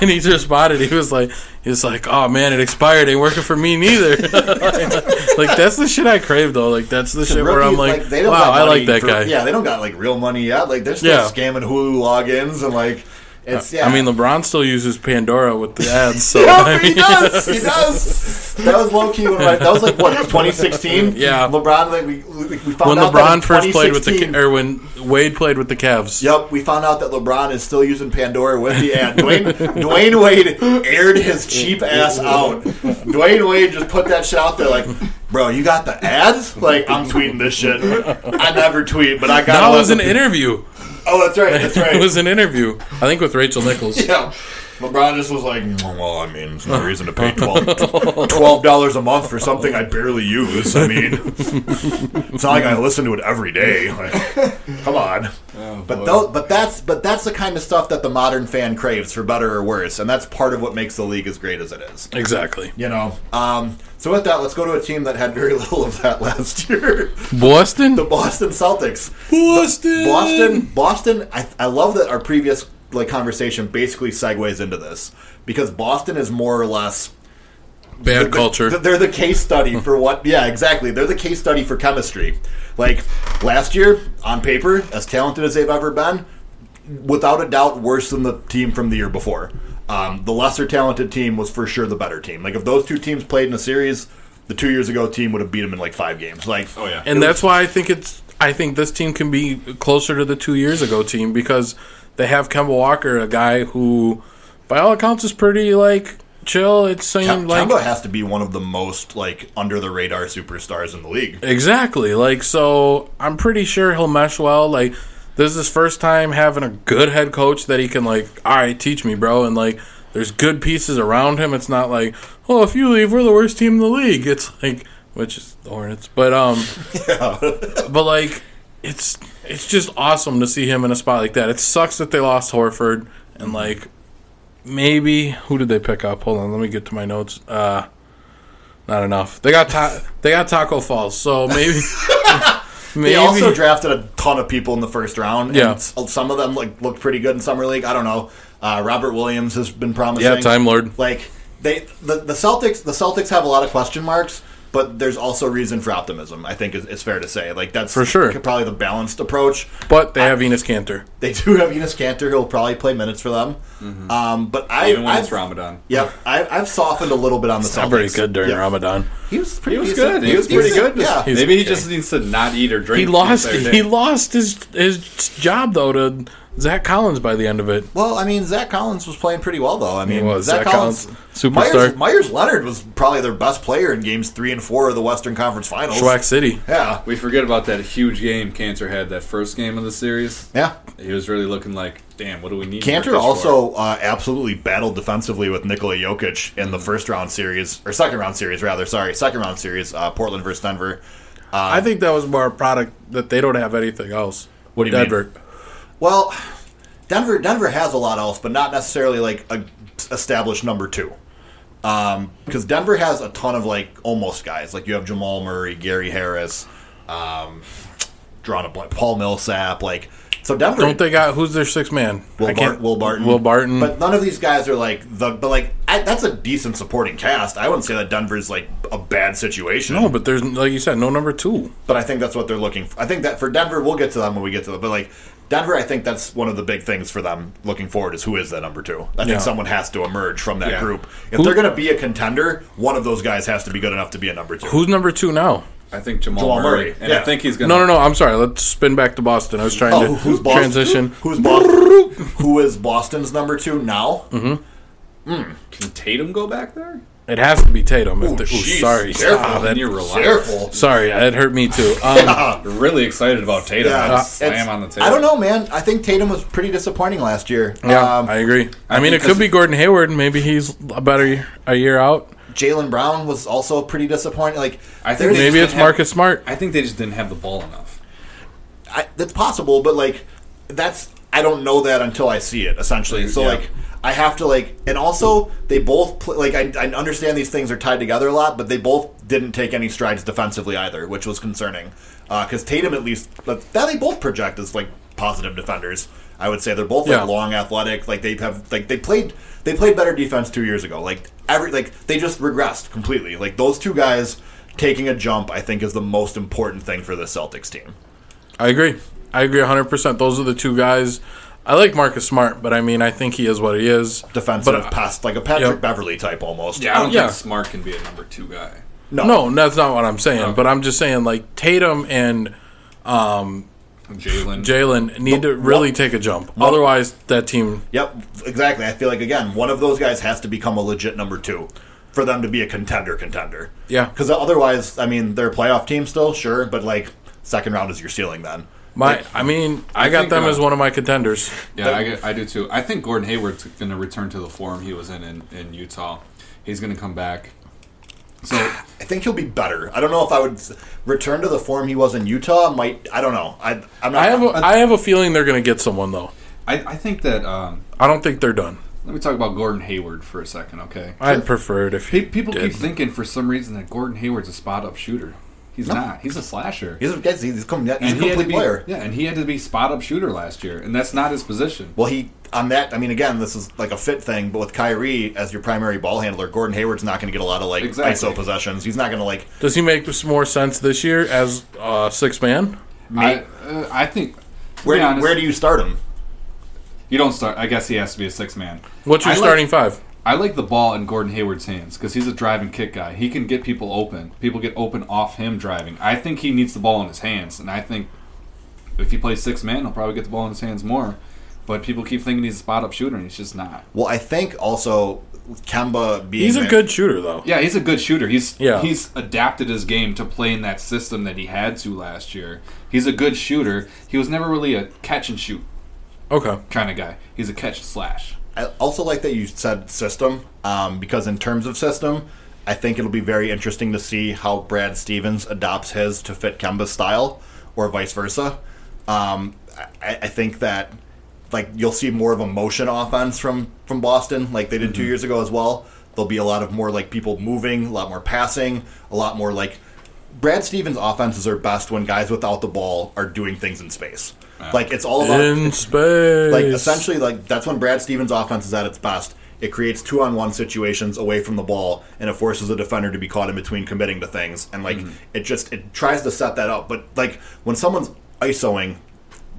Speaker 2: and he responded, he was like, he was like, "Oh man, it expired. Ain't working for me neither." like that's the shit I crave though. Like that's the shit where I'm
Speaker 1: Rookies,
Speaker 2: like,
Speaker 1: they don't
Speaker 2: "Wow,
Speaker 1: got
Speaker 2: I
Speaker 1: money
Speaker 2: like that
Speaker 1: for-
Speaker 2: guy."
Speaker 1: Yeah, they don't got like real money yet. Like they're still
Speaker 2: Yeah.
Speaker 1: scamming Hulu logins and like it's yeah.
Speaker 2: I mean, LeBron still uses Pandora with the ads, so
Speaker 1: Yeah,
Speaker 2: I
Speaker 1: he
Speaker 2: mean,
Speaker 1: does. He does. That was low key. When, like, that was like what 2016.
Speaker 2: Yeah.
Speaker 1: LeBron. Like we we we found
Speaker 2: when
Speaker 1: out that in
Speaker 2: LeBron first played with the
Speaker 1: 2016
Speaker 2: Ca- or when Wade played with the Cavs.
Speaker 1: Yep, we found out that LeBron is still using Pandora with the ad. Dwayne, Dwayne Wade aired his cheap ass out. Dwayne Wade just put that shit out there like, bro, you got the ads? Like, I'm tweeting this shit. I never tweet, but I got
Speaker 2: That
Speaker 1: all
Speaker 2: was
Speaker 1: the-
Speaker 2: an interview.
Speaker 1: Oh, that's right, that's right.
Speaker 2: It was an interview. I think with Rachel Nichols.
Speaker 1: yeah. LeBron just was like, "Mm, well, I mean, there's no reason to pay 12 dollars a month for something I barely use. I mean, it's not like I listen to it every day. Like, come on. But tho- but that's but that's the kind of stuff that the modern fan craves, for better or worse, and that's part of what makes the league as great as it is.
Speaker 2: Exactly.
Speaker 1: You know. Um, so with that, let's go to a team that had very little of that last year:
Speaker 2: Boston?
Speaker 1: the Boston Celtics.
Speaker 2: Boston.
Speaker 1: Boston, Boston. I, I love that our previous like conversation basically segues into this because Boston is more or less
Speaker 2: Bad culture.
Speaker 1: Th- They're the case study for what? Yeah, exactly. They're the case study for chemistry. Like last year, on paper, as talented as they've ever been, without a doubt, worse than the team from the year before. Um, the lesser talented team was for sure the better team. Like if those two teams played in a series, the two years ago team would have beat them in like five games. Like
Speaker 3: Oh yeah.
Speaker 2: and that's why I think it's I think this team can be closer to the two years ago team because they have Kemba Walker, a guy who by all accounts is pretty like chill. It
Speaker 1: Ke-
Speaker 2: seemed like
Speaker 1: Kemba has to be one of the most like under the radar superstars in the league.
Speaker 2: Exactly. Like so I'm pretty sure he'll mesh well. Like this is his first time having a good head coach that he can like, all right, teach me, bro, and like there's good pieces around him. It's not like, oh, if you leave, we're the worst team in the league. It's like which is the Hornets. But um but like it's it's just awesome to see him in a spot like that. It sucks that they lost Horford and like maybe who did they pick up? Hold on, let me get to my notes. Uh not enough. They got ta- they got Taco Falls, so maybe maybe
Speaker 1: They also drafted a ton of people in the first round.
Speaker 2: Yeah.
Speaker 1: and s- some of them like looked pretty good in summer league. I don't know. Uh, Robert Williams has been promising.
Speaker 2: yeah, Time Lord.
Speaker 1: Like they, the, the Celtics, the Celtics have a lot of question marks, but there's also reason for optimism. I think is, it's fair to say. Like that's
Speaker 2: For sure.
Speaker 1: probably the balanced approach.
Speaker 2: But they have Venus Cantor.
Speaker 1: They do have Enos Cantor, who'll probably play minutes for them. Um, but I,
Speaker 3: Even when
Speaker 1: I've,
Speaker 3: it's Ramadan.
Speaker 1: Yep, I, I've softened a little bit on the Celtics.
Speaker 2: Not very good during
Speaker 1: Yep.
Speaker 2: Ramadan.
Speaker 1: He was pretty.
Speaker 3: He was
Speaker 1: decent.
Speaker 3: good. He was pretty
Speaker 1: decent.
Speaker 3: good.
Speaker 1: Yeah.
Speaker 2: He's
Speaker 3: Maybe he
Speaker 2: okay.
Speaker 3: just needs to not eat or drink.
Speaker 2: He
Speaker 3: the
Speaker 2: lost
Speaker 3: entire day.
Speaker 2: he lost his his job though to Zach Collins by the end of it.
Speaker 1: Well, I mean, Zach Collins was playing pretty well, though. I mean,
Speaker 2: was.
Speaker 1: Zach,
Speaker 2: Zach
Speaker 1: Collins,
Speaker 2: Collins, superstar.
Speaker 1: Myers, Myers Leonard was probably their best player in games three and four of the Western Conference Finals.
Speaker 2: Schwack City.
Speaker 1: Yeah,
Speaker 3: We forget about that huge game Cantor had that first game of the series.
Speaker 1: yeah.
Speaker 3: He was really looking like, damn, what do we need?
Speaker 1: Cantor
Speaker 3: Nurkic for?"
Speaker 1: also uh, absolutely battled defensively with Nikola Jokic
Speaker 3: Mm-hmm.
Speaker 1: in the first round series or second round series, rather. Sorry, second round series, uh, Portland versus Denver.
Speaker 2: I think that was more a product that they don't have anything else.
Speaker 1: What do you mean?
Speaker 2: Denver.
Speaker 1: Well, Denver Denver has a lot else, but not necessarily like a established number two. Because Denver has a ton of like almost guys. Like you have Jamal Murray, Gary Harris, um, drawn a blank, Paul Millsap. Like so, Denver.
Speaker 2: Don't they got who's their sixth man?
Speaker 1: Will,
Speaker 2: I can't-
Speaker 1: Bart- Will Barton.
Speaker 2: Will Barton.
Speaker 1: But none of these guys are like the. But like I, that's a decent supporting cast. I wouldn't say that Denver's like a bad situation.
Speaker 2: no, but there's like you said, no number two.
Speaker 1: But I think that's what they're looking for. I think that for Denver, we'll get to them when we get to them. But like Denver, I think that's one of the big things for them looking forward is who is that number two. I think
Speaker 2: Yeah.
Speaker 1: someone has to emerge from that
Speaker 3: Yeah.
Speaker 1: group. If they're going to be a contender, one of those guys has to be good enough to be a number two.
Speaker 2: Who's number two now?
Speaker 3: I think Jamal,
Speaker 1: Jamal
Speaker 3: Murray,
Speaker 1: Murray,
Speaker 3: and
Speaker 1: yeah.
Speaker 3: I think he's gonna.
Speaker 2: No, no, no. I'm sorry. Let's spin back to Boston. I was trying
Speaker 1: Oh,
Speaker 2: to
Speaker 1: who's Boston?
Speaker 2: transition.
Speaker 1: Who's Boston? who is Boston's number two now? Mm-hmm.
Speaker 3: Can Tatum go back there?
Speaker 2: It has to be Tatum. If
Speaker 1: Ooh,
Speaker 2: the, ooh,
Speaker 1: jeez,
Speaker 2: sorry,
Speaker 1: careful.
Speaker 2: Ah, that-
Speaker 3: And you're reliant.
Speaker 1: Careful.
Speaker 2: sorry, that hurt me too. Um,
Speaker 3: You're really excited about Tatum.
Speaker 1: Yeah,
Speaker 3: Yeah,
Speaker 1: it's-
Speaker 3: slam
Speaker 1: it's-
Speaker 3: on the table.
Speaker 1: I don't know, man. I think Tatum was pretty disappointing last year.
Speaker 2: yeah,
Speaker 1: Um,
Speaker 2: I agree. I,
Speaker 3: I
Speaker 2: mean,
Speaker 3: think
Speaker 2: it could
Speaker 3: this-
Speaker 2: be Gordon Hayward. Maybe he's a better year- a year out.
Speaker 1: Jalen Brown was also pretty disappointing. Like,
Speaker 3: I think
Speaker 1: there's-
Speaker 3: they
Speaker 2: Maybe
Speaker 3: just didn't
Speaker 2: it's
Speaker 3: have-
Speaker 2: Marcus Smart.
Speaker 3: I think they just didn't have the ball enough.
Speaker 1: I, that's possible, but like that's I don't know that until I see it. Essentially, so
Speaker 3: Yeah.
Speaker 1: like I have to like, and also they both pl- like I, I understand these things are tied together a lot, but they both didn't take any strides defensively either, which was concerning. Because Tatum, at least, but that they both project as like positive defenders. I would say they're both like
Speaker 2: Yeah.
Speaker 1: long, athletic. Like they have like they played they played better defense two years ago. Like every like they just regressed completely. Like those two guys taking a jump, I think, is the most important thing for the Celtics team.
Speaker 2: I agree. I agree 100%. Those are the two guys. I like Marcus Smart, but I mean, I think he is what he is.
Speaker 1: defensive
Speaker 2: But, uh,
Speaker 1: past like a Patrick
Speaker 2: Yep.
Speaker 1: Beverly type almost.
Speaker 3: Yeah, I don't
Speaker 2: Yeah.
Speaker 3: think Smart can be a number two guy.
Speaker 2: No, that's not what I'm saying. But I'm just saying, like, Tatum and
Speaker 3: Jalen.
Speaker 2: Jalen need to really take a jump. Otherwise, that team.
Speaker 1: Yep, exactly. I feel like again, one of those guys has to become a legit number two for them to be a contender contender.
Speaker 2: Yeah.
Speaker 1: Because otherwise, I mean, they're a playoff team still, sure, but like second round is your ceiling then.
Speaker 2: My, I mean, I,
Speaker 3: I
Speaker 2: got
Speaker 3: think,
Speaker 2: them
Speaker 3: uh,
Speaker 2: as one of my contenders.
Speaker 3: yeah, I, get- I do too. I think Gordon Hayward's going to return to the form he was in in, in Utah. He's going to come back. So
Speaker 1: I think he'll be better. I don't know if I would s- return to the form he was in Utah. Might I don't know. I I'm not.
Speaker 2: I have, a, I have a feeling they're going to get someone though.
Speaker 3: I, I think that um,
Speaker 2: I don't think they're done.
Speaker 3: let me talk about Gordon Hayward for a second, okay?
Speaker 2: I'd prefer it if
Speaker 3: Pe- people
Speaker 2: did.
Speaker 3: keep thinking for some reason that Gordon Hayward's a spot up shooter. He's not. He's a slasher.
Speaker 1: he's a, he's, he's, come, he's a
Speaker 3: and he had to
Speaker 1: complete
Speaker 3: be,
Speaker 1: player.
Speaker 3: Yeah, and he had to be spot up shooter last year, and that's not his position.
Speaker 1: Well, he on that. I mean, again, this is like a fit thing, but with Kyrie as your primary ball handler, Gordon Hayward's not going to get a lot of like
Speaker 3: Exactly.
Speaker 1: ISO possessions. He's not going to like
Speaker 2: Does he make s- more sense this year as uh, six man?
Speaker 1: Mate.
Speaker 3: I, uh, I think. to
Speaker 1: Where
Speaker 3: be
Speaker 1: do, you,
Speaker 3: honest,
Speaker 1: where do you start him?
Speaker 3: you don't start? I guess he has to be a six man.
Speaker 2: What's your
Speaker 3: I like-
Speaker 2: starting five?
Speaker 3: I like the ball in Gordon Hayward's hands because he's a drive and kick guy. He can get people open. People get open off him driving. I think he needs the ball in his hands, and I think if he plays six man, he'll probably get the ball in his hands more. But people keep thinking he's a spot up shooter, and he's just not.
Speaker 1: Well, I think also Kemba being
Speaker 2: He's a
Speaker 1: there-
Speaker 2: good shooter though.
Speaker 3: Yeah, he's a good shooter. He's
Speaker 2: Yeah.
Speaker 3: he's adapted his game to play in that system that he had to last year. He's a good shooter. He was never really a catch and shoot
Speaker 2: Okay.
Speaker 3: kind of guy. He's a catch and slash.
Speaker 1: I also like that you said system um, because in terms of system, I think it'll be very interesting to see how Brad Stevens adopts his to fit Kemba's style or vice versa. Um, I, I think that like you'll see more of a motion offense from from Boston like they did two years ago as well. There'll be a lot of more like people moving, a lot more passing, a lot more like Brad Stevens' offenses are best when guys without the ball are doing things in space. Like it's all about
Speaker 2: In space.
Speaker 1: like essentially, like that's when Brad Stevens' offense is at its best. It creates two-on-one situations away from the ball, and it forces the defender to be caught in between committing to things. And
Speaker 2: Mm-hmm.
Speaker 1: like it just it tries to set that up. But like when someone's isoing,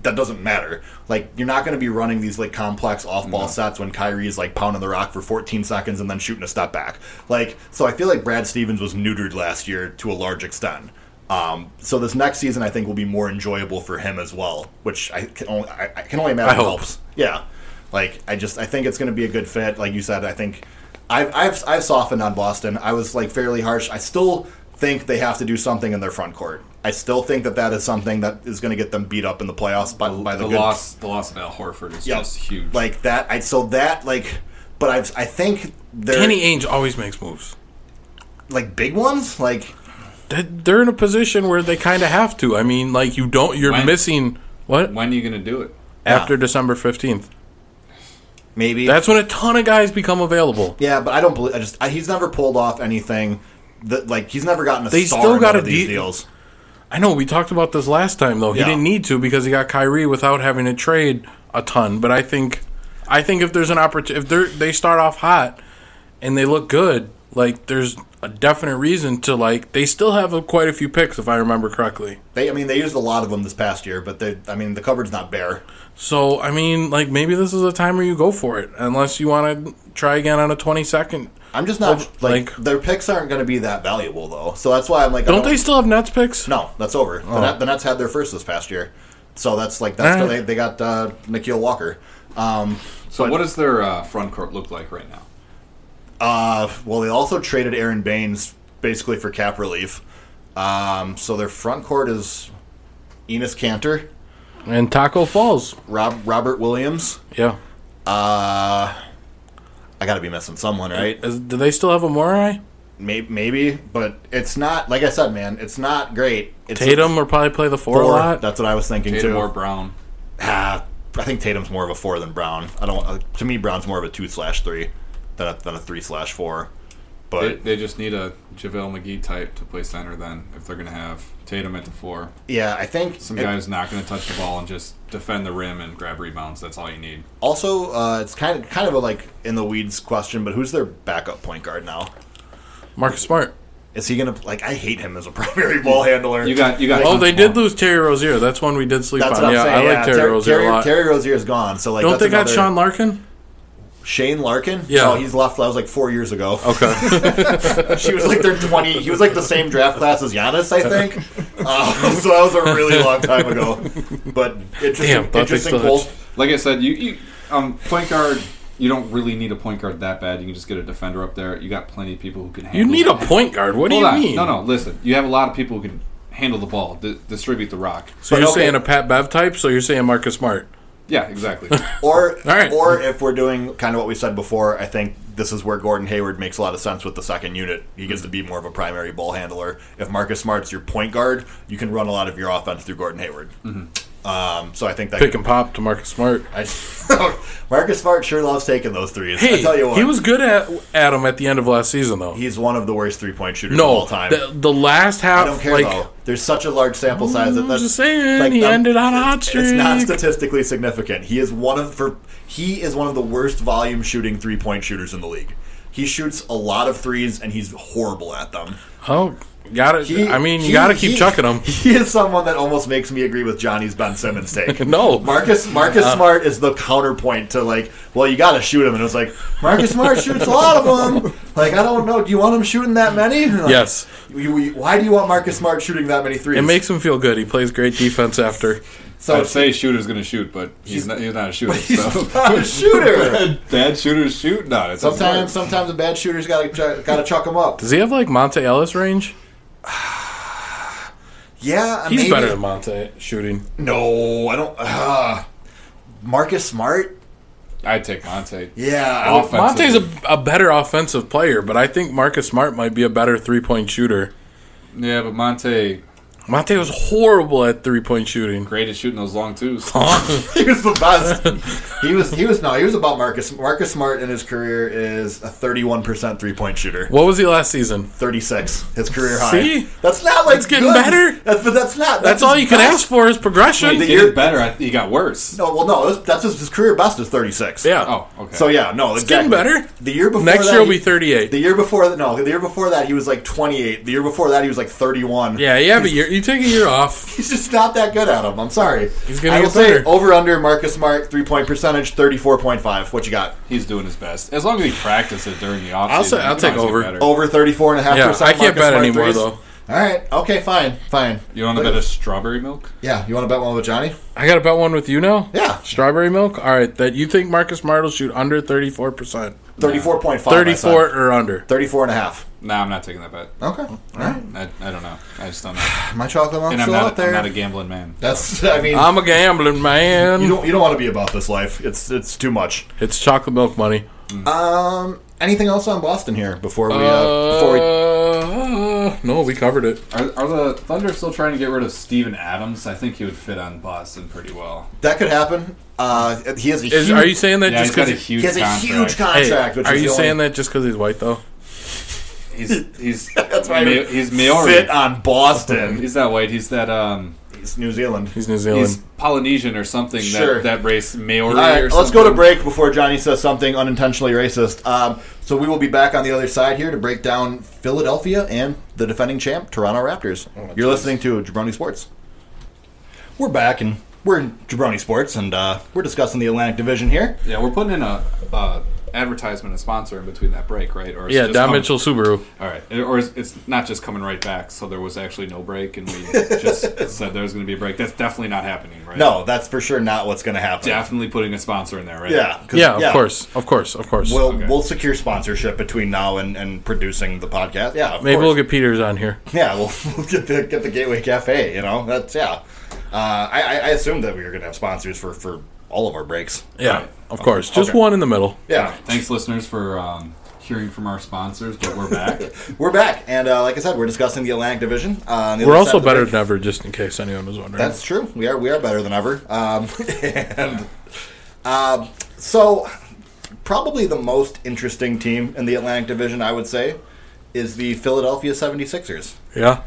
Speaker 1: that doesn't matter. Like you're not going to be running these like complex off-ball sets when Kyrie is like pounding the rock for 14 seconds and then shooting a step back. Like so, I feel like Brad Stevens was neutered last year to a large extent. Um, so this next season, I think, will be more enjoyable for him as well, which I can only, I, I can only imagine
Speaker 2: I hope.
Speaker 1: helps. Yeah, like I just I think it's going to be a good fit. Like you said, I think I've, I've I've softened on Boston. I was like fairly harsh. I still think they have to do something in their front court. I still think that that is something that is going to get them beat up in the playoffs by, by the,
Speaker 3: The
Speaker 1: good
Speaker 3: loss the loss of Al Horford is
Speaker 1: Yeah.
Speaker 3: just huge.
Speaker 1: Like that, I so that like, but I've I think they're
Speaker 2: Danny Ainge always makes moves.
Speaker 1: like big ones. Like
Speaker 2: They- They're in a position where they kind of have to. I mean, like you don't. You're
Speaker 3: When?
Speaker 2: missing what
Speaker 3: when are you gonna do it?
Speaker 2: after December fifteenth.
Speaker 1: maybe
Speaker 2: That's when a ton of guys become available.
Speaker 1: Yeah, but I don't believe. I just I, he's never pulled off anything. That like he's never gotten a
Speaker 2: They
Speaker 1: star
Speaker 2: still
Speaker 1: in
Speaker 2: got
Speaker 1: one
Speaker 2: a
Speaker 1: of these
Speaker 2: de-
Speaker 1: deals.
Speaker 2: I know we talked about this last time though. He
Speaker 1: Yeah.
Speaker 2: didn't need to because he got Kyrie without having to trade a ton. But I think, I think if there's an opportunity, if they are they start off hot and they look good, like there's a definite reason to like. They still have a, quite a few picks if I remember correctly.
Speaker 1: They I mean they used a lot of them this past year, but they I mean the cupboard's not bare.
Speaker 2: So I mean, like maybe this is a time where you go for it, unless you want to try again on a twenty second.
Speaker 1: I'm just not
Speaker 2: Well,
Speaker 1: like,
Speaker 2: Oh, like-
Speaker 1: their picks aren't going to be that valuable though. So that's why I'm like I
Speaker 2: Don't they Oh. still have Nets picks?
Speaker 1: No, that's over. The, Net, the Nets had their first this past year, so that's like that's
Speaker 2: Alright.
Speaker 1: they, they got uh, Nikhil Walker. Um,
Speaker 3: So
Speaker 1: But-
Speaker 3: what does their uh, front court look like right now?
Speaker 1: Uh, well, they also traded Aaron Baines basically for cap relief. Um, so their front court is Enos Cantor,
Speaker 2: And Taco Falls.
Speaker 1: Rob Robert Williams.
Speaker 2: Yeah.
Speaker 1: Uh, I got to be missing someone, right?
Speaker 2: Is, do they still have a Morai?
Speaker 1: Maybe, maybe, but it's not like I said, man. It's not great. It's
Speaker 2: Tatum will probably play the four,
Speaker 1: four.
Speaker 2: a lot.
Speaker 1: That's what I was thinking
Speaker 3: Tatum
Speaker 1: too.
Speaker 3: or Brown.
Speaker 1: Ah, I think Tatum's more of a four than Brown. I don't. Uh, to me, Brown's more of a two slash three than a, than a three slash four.
Speaker 3: They,
Speaker 1: But
Speaker 3: they just need a JaVale McGee type to play center then if they're going to have Tatum at the four.
Speaker 1: yeah, I think
Speaker 3: Some
Speaker 1: it-
Speaker 3: guy who's not going to touch the ball and just defend the rim and grab rebounds. That's all you need.
Speaker 1: Also, uh, it's kind of kind of a like in the weeds question, but who's their backup point guard now?
Speaker 2: Marcus Smart.
Speaker 1: Is he gonna like? I hate him as a primary ball handler.
Speaker 3: You got you got.
Speaker 2: Oh, they did
Speaker 3: Lose.
Speaker 2: lose Terry Rozier. That's one we did sleep
Speaker 1: That's
Speaker 2: on.
Speaker 1: what I'm
Speaker 2: yeah,
Speaker 1: saying.
Speaker 2: I like
Speaker 1: yeah,
Speaker 2: Terry
Speaker 1: Ter-
Speaker 2: Rozier
Speaker 1: Terry,
Speaker 2: a lot.
Speaker 1: Terry Rozier's gone, so like
Speaker 2: Don't
Speaker 1: that's
Speaker 2: they got
Speaker 1: another-
Speaker 2: Sean Larkin?
Speaker 1: Shane Larkin?
Speaker 2: Yeah.
Speaker 1: no, he's left. That was like four years ago.
Speaker 2: Okay.
Speaker 1: she was like their twenty. He was like the same draft class as Giannis, I think. Uh, so that was a really long time ago. But interesting,
Speaker 2: Damn, thought they
Speaker 1: interesting
Speaker 2: still had-
Speaker 1: poll.
Speaker 3: Like I said, you, you um point guard. You don't really need a point guard that bad. You can just get a defender up there. You got plenty of people who can handle.
Speaker 2: you need a
Speaker 3: Hold
Speaker 2: point guard. What do you
Speaker 3: on.
Speaker 2: mean?
Speaker 3: No, no. Listen, you have a lot of people who can handle the ball, di- distribute the rock.
Speaker 2: So
Speaker 1: But
Speaker 2: you're
Speaker 1: okay.
Speaker 2: saying a Pat Bev type? So you're saying Marcus Smart?
Speaker 3: Yeah, exactly.
Speaker 1: Or
Speaker 2: All right.
Speaker 1: or if we're doing kind of what we said before, I think this is where Gordon Hayward makes a lot of sense with the second unit. He gets to be more of a primary ball handler. If Marcus Smart's your point guard, you can run a lot of your offense through Gordon Hayward. Um, so I think that
Speaker 2: Mm-hmm. Pick and pop to Marcus Smart.
Speaker 1: I- Marcus Smart sure loves taking those threes.
Speaker 2: Hey,
Speaker 1: I tell you what,
Speaker 2: he was good at at him at the end of last season though.
Speaker 1: he's one of the worst three point shooters of
Speaker 2: no,
Speaker 1: all time.
Speaker 2: the, the last
Speaker 1: I
Speaker 2: half,
Speaker 1: don't care
Speaker 2: like
Speaker 1: though. There's such a large sample size that
Speaker 2: I'm
Speaker 1: that's
Speaker 2: just saying, he
Speaker 1: um,
Speaker 2: ended on a hot
Speaker 1: it's- It's not
Speaker 2: streak.
Speaker 1: statistically significant. He is one of for he is one of the worst volume shooting three point shooters in the league. He shoots a lot of threes and he's horrible at them.
Speaker 2: oh, got it.
Speaker 1: He-
Speaker 2: I mean, you
Speaker 1: he-
Speaker 2: got to keep
Speaker 1: he-
Speaker 2: chucking him.
Speaker 1: He is someone that almost makes me agree with Johnny's Ben Simmons take.
Speaker 2: No. Uh.
Speaker 1: Marcus Marcus Smart is the counterpoint to like, well, you got to shoot him, and it's like Marcus Smart shoots a lot of them. Like, I don't know, do you want him shooting that many? Like,
Speaker 2: Yes.
Speaker 1: you- you- why do you want Marcus Smart shooting that many threes?
Speaker 2: It makes him feel good. He plays great defense after.
Speaker 1: so
Speaker 3: I'd say shooter's going to shoot, but he's not. He's not a shooter.
Speaker 1: He's
Speaker 3: So.
Speaker 1: not a shooter.
Speaker 3: Bad shooters shoot. No, it's
Speaker 1: Sometimes, sometimes a bad shooter's got to got to chuck him up.
Speaker 2: Does he have like Monte Ellis range?
Speaker 1: Yeah,
Speaker 2: He's
Speaker 1: maybe.
Speaker 2: better than Monte shooting.
Speaker 1: No, I don't. Uh, Marcus Smart.
Speaker 3: I'd take Monte.
Speaker 1: Yeah, I
Speaker 3: Off-
Speaker 1: don't-
Speaker 2: Monte's a, a better offensive player, but I think Marcus Smart might be a better three point shooter.
Speaker 3: Yeah, but Monte
Speaker 2: Monte was horrible at three point shooting.
Speaker 3: great at shooting those long twos.
Speaker 1: he was the best. he was. He was no. He was about Marcus. Marcus Smart in his career is a thirty-one percent three-point shooter.
Speaker 2: What was he last season?
Speaker 1: Thirty-six. His career high.
Speaker 2: See?
Speaker 1: that's not like it's
Speaker 2: getting better.
Speaker 1: That's but that's not.
Speaker 2: That's all
Speaker 1: his
Speaker 2: you can
Speaker 1: best.
Speaker 2: ask for is progression.
Speaker 3: He
Speaker 1: Wait,
Speaker 3: did
Speaker 1: you're-
Speaker 3: better. I- He got worse.
Speaker 1: No, well, no. That's, that's his, his career best is thirty-six.
Speaker 2: yeah.
Speaker 3: Oh, okay.
Speaker 1: So yeah, no, it's
Speaker 2: getting better.
Speaker 1: The year before
Speaker 2: Next
Speaker 1: that,
Speaker 2: year will
Speaker 1: he-
Speaker 2: be 38.
Speaker 1: The year before that, no, the year before that he was like 28. The year before that he was like 31.
Speaker 2: yeah, you have a year. You take a year off.
Speaker 1: He's just not that good at him. I'm sorry.
Speaker 2: He's gonna
Speaker 1: I will
Speaker 2: get better.
Speaker 1: say over under Marcus Smart three point percentage 34.5. What you got?
Speaker 3: He's doing his best. As long as he practices it during the offseason.
Speaker 2: I'll say- I'll
Speaker 3: he can
Speaker 2: take
Speaker 3: always get
Speaker 2: over.
Speaker 3: better.
Speaker 1: Over Oh. 34 and a half
Speaker 2: Yeah,
Speaker 1: percent.
Speaker 2: I can't
Speaker 1: Marcus
Speaker 2: bet
Speaker 1: Smart
Speaker 2: anymore
Speaker 1: threes?
Speaker 2: though.
Speaker 1: All right. Okay. Fine. Fine.
Speaker 3: You want to bet a strawberry milk?
Speaker 1: Yeah. You want to bet one with Johnny?
Speaker 2: I got to bet one with you now.
Speaker 1: Yeah.
Speaker 2: Strawberry milk. All right, that you think Marcus Smart will shoot under 34 percent,
Speaker 1: 34.5. I said.
Speaker 2: 34 or under.
Speaker 1: 34 and a half.
Speaker 3: Nah, I'm not taking that bet.
Speaker 1: Okay. All right.
Speaker 3: I, I don't know. I just don't know.
Speaker 1: My chocolate milk's
Speaker 3: And I'm
Speaker 1: still out
Speaker 3: not, I'm
Speaker 1: there.
Speaker 3: not a gambling man.
Speaker 1: That's. I mean.
Speaker 2: I'm a gambling
Speaker 1: you
Speaker 2: man.
Speaker 1: don't. You don't want to be about this life. It's. It's too much.
Speaker 2: It's chocolate milk money.
Speaker 1: Um. Anything else on Boston here before we? Uh, before we.
Speaker 2: Uh, no, we covered it.
Speaker 3: Are, are the Thunder still trying to get rid of Steven Adams? I think he would fit on Boston pretty well.
Speaker 1: That could happen. Uh, he has a
Speaker 2: Is,
Speaker 1: huge,
Speaker 2: are you saying that
Speaker 3: Yeah,
Speaker 2: just
Speaker 3: he's got a
Speaker 2: because?
Speaker 1: he
Speaker 3: huge
Speaker 1: has a
Speaker 3: contract.
Speaker 1: huge
Speaker 2: Hey,
Speaker 1: contract. which
Speaker 2: are
Speaker 1: is
Speaker 2: you
Speaker 1: the
Speaker 2: saying
Speaker 1: only
Speaker 2: that just because he's white though?
Speaker 3: He's, he's,
Speaker 1: That's why
Speaker 3: Ma-
Speaker 1: I
Speaker 3: he's
Speaker 1: fit
Speaker 3: Maori.
Speaker 1: on Boston?
Speaker 3: He's that white. He's that, um,
Speaker 1: It's New Zealand.
Speaker 2: He's New Zealand.
Speaker 3: he's Polynesian or something.
Speaker 1: Sure.
Speaker 3: That, that race, Maori
Speaker 1: All right,
Speaker 3: or
Speaker 1: let's
Speaker 3: something.
Speaker 1: go to break before Johnny says something unintentionally racist. Um, so we will be back on the other side here to break down Philadelphia and the defending champ, Toronto Raptors.
Speaker 2: Oh,
Speaker 1: You're listening to Jabroni Sports. We're back and we're in Jabroni Sports and uh, we're discussing the Atlantic Division here.
Speaker 3: Yeah, we're putting in a, a advertisement and sponsor in between that break, right? Or is it
Speaker 2: Yeah,
Speaker 3: just
Speaker 2: Don
Speaker 3: coming-
Speaker 2: Mitchell Subaru.
Speaker 3: All right, or is, it's not just coming right back. So there was actually no break, and we just said there was going to be a break. That's definitely not happening, right?
Speaker 1: No, that's for sure not what's going to happen.
Speaker 3: definitely putting a sponsor in there, right?
Speaker 1: Yeah, 'cause-
Speaker 2: Yeah, of course, of course, of course.
Speaker 1: We'll
Speaker 3: Okay.
Speaker 1: we'll secure sponsorship between now and, and producing the podcast. Yeah, of
Speaker 2: Maybe
Speaker 1: course.
Speaker 2: we'll get Peters on here.
Speaker 1: yeah we'll, we'll get the get the Gateway Cafe. You know, that's yeah. Uh, I, I- I assumed that we were going to have sponsors for for all of our breaks.
Speaker 2: Yeah,
Speaker 3: Right.
Speaker 2: of course. Just
Speaker 1: Okay.
Speaker 2: one in the middle.
Speaker 1: Yeah,
Speaker 3: Thanks, listeners, for um, hearing from our sponsors, but we're back.
Speaker 1: we're back, and uh, like I said, we're discussing the Atlantic Division. Uh, on the
Speaker 2: We're
Speaker 1: other
Speaker 2: also
Speaker 1: side of the
Speaker 2: better
Speaker 1: break-
Speaker 2: than ever, just in case anyone was wondering.
Speaker 1: That's true. We are we are better than ever. Um, and um, so, probably the most interesting team in the Atlantic Division, I would say, is the Philadelphia 76ers.
Speaker 2: yeah.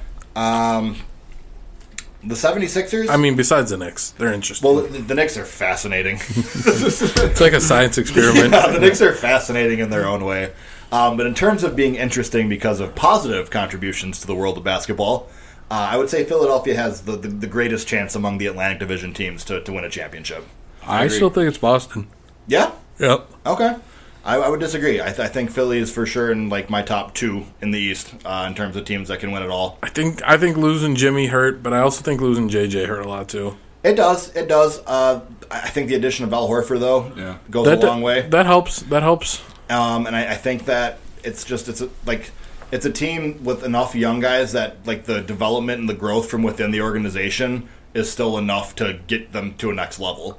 Speaker 1: The 76ers.
Speaker 2: I mean, besides the Knicks, they're interesting.
Speaker 1: well, the, the Knicks are fascinating.
Speaker 2: it's like a science experiment.
Speaker 1: Yeah, the Knicks are fascinating in their own way. Um, but in terms of being interesting because of positive contributions to the world of basketball, uh, I would say Philadelphia has the, the, the greatest chance among the Atlantic Division teams to, to win a championship.
Speaker 2: I
Speaker 3: agree.
Speaker 2: still think it's Boston.
Speaker 1: Yeah?
Speaker 2: Yep.
Speaker 1: Okay. I, I would disagree. I, th- I think Philly is for sure in like my top two in the East uh, in terms of teams that can win it all.
Speaker 2: I think I think losing Jimmy hurt, but I also think losing JJ hurt a lot too.
Speaker 1: It does. It does. Uh, I I think the addition of Al Horford though
Speaker 3: Yeah.
Speaker 1: goes
Speaker 2: That
Speaker 1: a long way.
Speaker 2: That helps. That helps.
Speaker 1: Um, and I, I think that it's just it's a, like it's a team with enough young guys that like the development and the growth from within the organization is still enough to get them to a next level.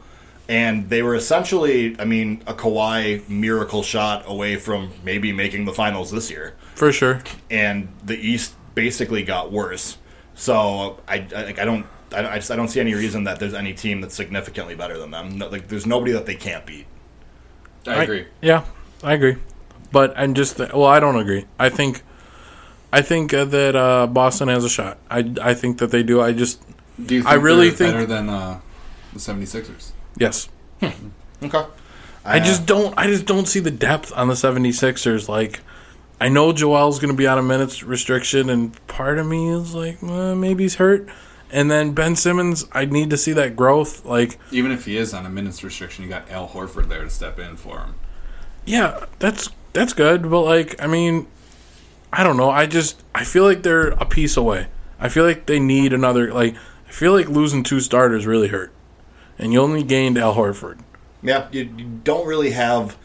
Speaker 1: And they were essentially, I mean, a Kawhi miracle shot away from maybe making the finals this year.
Speaker 2: For sure.
Speaker 1: And the East basically got worse. So I, I, like, I don't, I, I just I don't see any reason that there's any team that's significantly better than them. No, like, there's nobody that they can't beat.
Speaker 3: I agree.
Speaker 2: Yeah, I agree. But I'm just well, I don't agree. I think I think uh, that uh, Boston has a shot. I I think that they do. I just
Speaker 3: Do you
Speaker 2: I really
Speaker 3: they're
Speaker 2: think-
Speaker 3: better than uh, the 76ers?
Speaker 2: yes.
Speaker 1: Okay.
Speaker 2: I just don't I just don't see the depth on the 76ers like I know Joel's going to be on a minutes restriction and part of me is like "Eh, maybe he's hurt and then Ben Simmons I need to see that growth like
Speaker 3: Even if he is on a minutes restriction, you got Al Horford there to step in for him.
Speaker 2: yeah, that's that's good, but like I mean, I don't know. I just I feel like they're a piece away. I feel like they need another. Like I feel like losing two starters really hurt, and you only gained Al Horford.
Speaker 1: Yeah, you, you don't really have.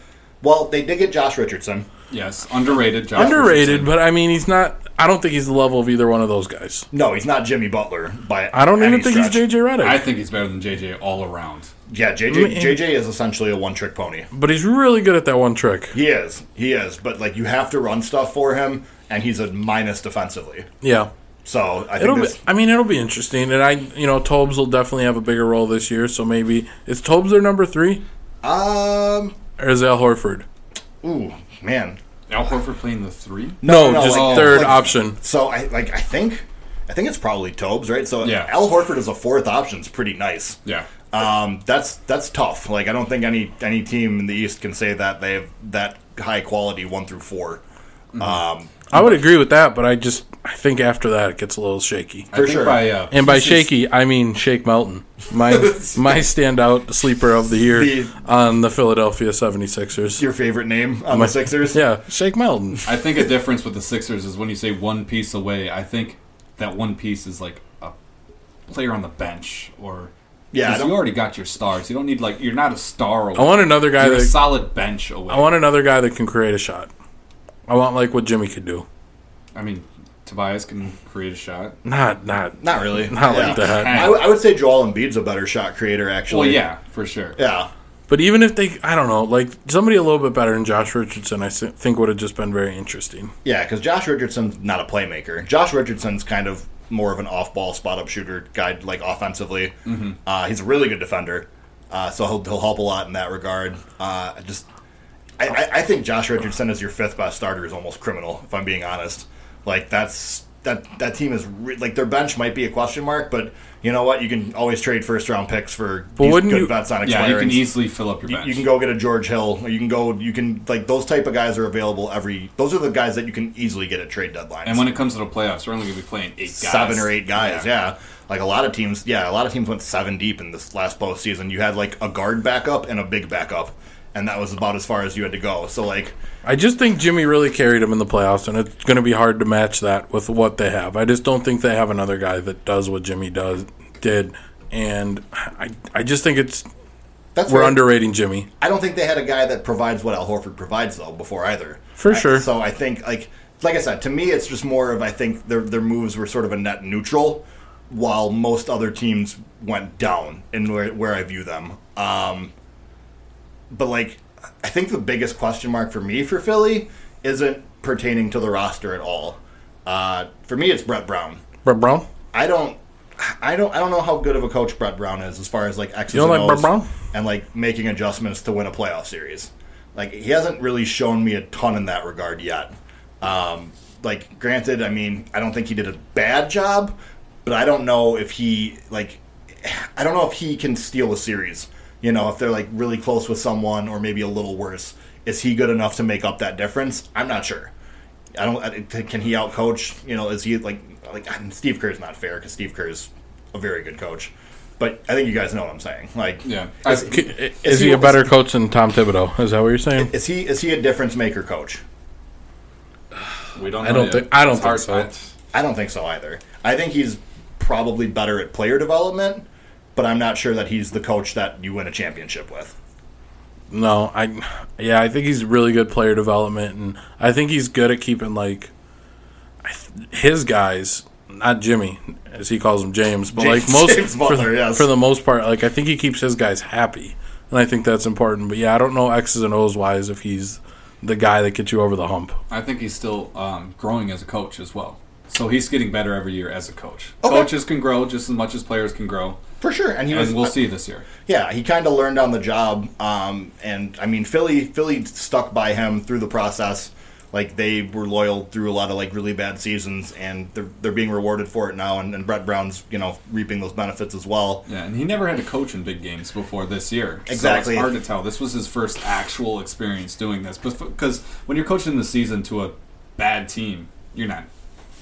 Speaker 1: Well, they did get Josh Richardson.
Speaker 3: Yes, underrated. Josh
Speaker 2: Underrated,
Speaker 3: Richardson.
Speaker 2: but I mean, he's not. I don't think he's the level of either one of those guys.
Speaker 1: No, he's not Jimmy Butler. By
Speaker 2: I don't
Speaker 1: any
Speaker 2: even think
Speaker 1: stretch.
Speaker 2: he's JJ Redick,
Speaker 3: I think he's better than JJ all around.
Speaker 1: Yeah,
Speaker 2: Mm,
Speaker 1: JJ
Speaker 2: and-
Speaker 1: JJ is essentially a one trick pony.
Speaker 2: but he's really good at that one trick.
Speaker 1: He is, he is. But like, you have to run stuff for him, and he's a minus defensively.
Speaker 2: Yeah.
Speaker 1: So I think
Speaker 2: It'll be,
Speaker 1: this,
Speaker 2: I mean, it'll be interesting, and I, you know, Tobes will definitely have a bigger role this year. So maybe is Tobes their number three,
Speaker 1: um,
Speaker 2: or is Al Horford?
Speaker 1: ooh, man,
Speaker 3: Al Horford playing the three?
Speaker 2: No,
Speaker 1: no,
Speaker 2: just
Speaker 1: like-
Speaker 2: third
Speaker 1: like-
Speaker 2: option.
Speaker 1: So I like, I think, I think it's probably Tobes, right? So
Speaker 3: Yeah.
Speaker 1: Al Horford is a fourth option. It's pretty nice.
Speaker 3: Yeah.
Speaker 1: Um, that's that's tough. Like I don't think any any team in the East can say that they have that high quality one through 4 Um,
Speaker 2: I would agree with that, but I just I think after that it gets a little shaky.
Speaker 1: for
Speaker 3: I think
Speaker 1: sure.
Speaker 3: By, uh,
Speaker 2: And by
Speaker 3: pieces-
Speaker 2: shaky, I mean Shake Melton, my my standout sleeper of the year
Speaker 1: The-
Speaker 2: on the Philadelphia 76ers.
Speaker 1: Your favorite name on the Sixers?
Speaker 2: Yeah, Shake Melton.
Speaker 3: I think a difference with the Sixers is when you say one piece away, I think that one piece is like a player on the bench or.
Speaker 1: Yeah, I
Speaker 3: 'cause
Speaker 1: don't-
Speaker 3: you already got your stars. You don't need like you're not a star. Away.
Speaker 2: I want another guy
Speaker 3: You're a
Speaker 2: that
Speaker 3: solid bench away.
Speaker 2: I want another guy that can create a shot. I want like what Jimmy could do.
Speaker 3: I mean, Tobias can create a shot.
Speaker 2: Not not
Speaker 1: Not really.
Speaker 2: not
Speaker 1: yeah.
Speaker 2: like that.
Speaker 1: I, w- I would say Joel Embiid's a better shot creator, actually.
Speaker 3: Well, yeah, for sure.
Speaker 1: Yeah.
Speaker 2: But even if they, I don't know, like somebody a little bit better than Josh Richardson, I s- think would have just been very interesting.
Speaker 1: Yeah, because Josh Richardson's not a playmaker. Josh Richardson's kind of more of an off-ball, spot-up shooter guy, like offensively.
Speaker 3: Mm-hmm.
Speaker 1: Uh, he's a really good defender, uh, so he'll, he'll help a lot in that regard. Uh, I just, I, I, I think Josh Richardson as your fifth best starter is almost criminal, if I'm being honest. Like that's that that team is re- like their bench might be a question mark, but you know what? You can always trade first-round picks for these
Speaker 2: wouldn't
Speaker 1: good
Speaker 2: you-
Speaker 1: vets on
Speaker 3: Yeah, you can
Speaker 1: expirings.
Speaker 3: easily fill up your bench.
Speaker 1: You can go get a George Hill. Or you can go. You can like those type of guys are available every. Those are the guys that you can easily get at trade deadlines.
Speaker 3: and when it comes to the playoffs, we're only going to be playing eight guys.
Speaker 1: seven or eight guys, yeah. Like a lot of teams, yeah, a lot of teams went seven deep in this last postseason. You had like a guard backup and a big backup, and that was about as far as you had to go. So like,
Speaker 2: I just think Jimmy really carried him in the playoffs, and it's going to be hard to match that with what they have. I just don't think they have another guy that does what Jimmy does did, and I I just think it's
Speaker 1: that's
Speaker 2: we're
Speaker 1: what-
Speaker 2: underrating Jimmy.
Speaker 1: I don't think they had a guy that provides what Al Horford provides though before either.
Speaker 2: For
Speaker 1: I-
Speaker 2: sure.
Speaker 1: So I think like like I said, to me it's just more of I think their their moves were sort of a net neutral, while most other teams went down in where where I view them. Um, but like I think the biggest question mark for me for Philly isn't pertaining to the roster at all. Uh, for me, it's Brett Brown.
Speaker 2: Brett Brown,
Speaker 1: I don't. I don't. I don't know how good of a coach Brett Brown is, as far as like X's
Speaker 2: You don't
Speaker 1: and
Speaker 2: like Brett
Speaker 1: O's
Speaker 2: Brown?
Speaker 1: and like making adjustments to win a playoff series. Like he hasn't really shown me a ton in that regard yet. Um, like, granted, I mean, I don't think he did a bad job, but I don't know if he like. I don't know if he can steal a series. You know, if they're like really close with someone, or maybe a little worse, is he good enough to make up that difference? I'm not sure. I don't. I- Can he outcoach? You know, is he like like and Steve Kerr's not fair because Steve Kerr's a very good coach, but I think you guys know what I'm saying. Like,
Speaker 3: Yeah.
Speaker 1: is,
Speaker 3: I-
Speaker 2: K- is,
Speaker 1: Is
Speaker 2: he,
Speaker 1: he-
Speaker 2: a better coach than Tom Thibodeau? Is that what you're saying?
Speaker 1: is he is he a difference maker coach?
Speaker 3: We don't.
Speaker 2: I don't
Speaker 3: yet.
Speaker 2: think- I don't
Speaker 3: It's hard-
Speaker 2: think
Speaker 1: I don't think so either. I think he's probably better at player development, but I'm not sure that he's the coach that you win a championship with.
Speaker 2: No, I yeah, I think he's really good player development, and I think he's good at keeping like I th- his guys, not Jimmy as he calls him James, but
Speaker 1: James-
Speaker 2: like most
Speaker 1: James
Speaker 2: for,
Speaker 1: Butler,
Speaker 2: the-
Speaker 1: yes.
Speaker 2: for the most part, like I think he keeps his guys happy, and I think that's important. But yeah, I don't know X's and O's wise if he's the guy that gets you over the hump.
Speaker 3: I think he's still um, growing as a coach as well. So he's getting better every year as a coach.
Speaker 1: Okay.
Speaker 3: Coaches can grow just as much as players can grow,
Speaker 1: For sure, and he was uh,
Speaker 3: and we'll see this year.
Speaker 1: yeah, he kind of learned on the job. Um, and I mean, Philly, Philly stuck by him through the process. Like they were loyal through a lot of like really bad seasons, and they're they're being rewarded for it now. And, and Brett Brown's you know reaping those benefits as well.
Speaker 3: Yeah, and he never had a coach in big games before this year.
Speaker 1: Exactly.
Speaker 3: So it's hard to tell. This was his first actual experience doing this. Because when you're coaching the season to a bad team, you're not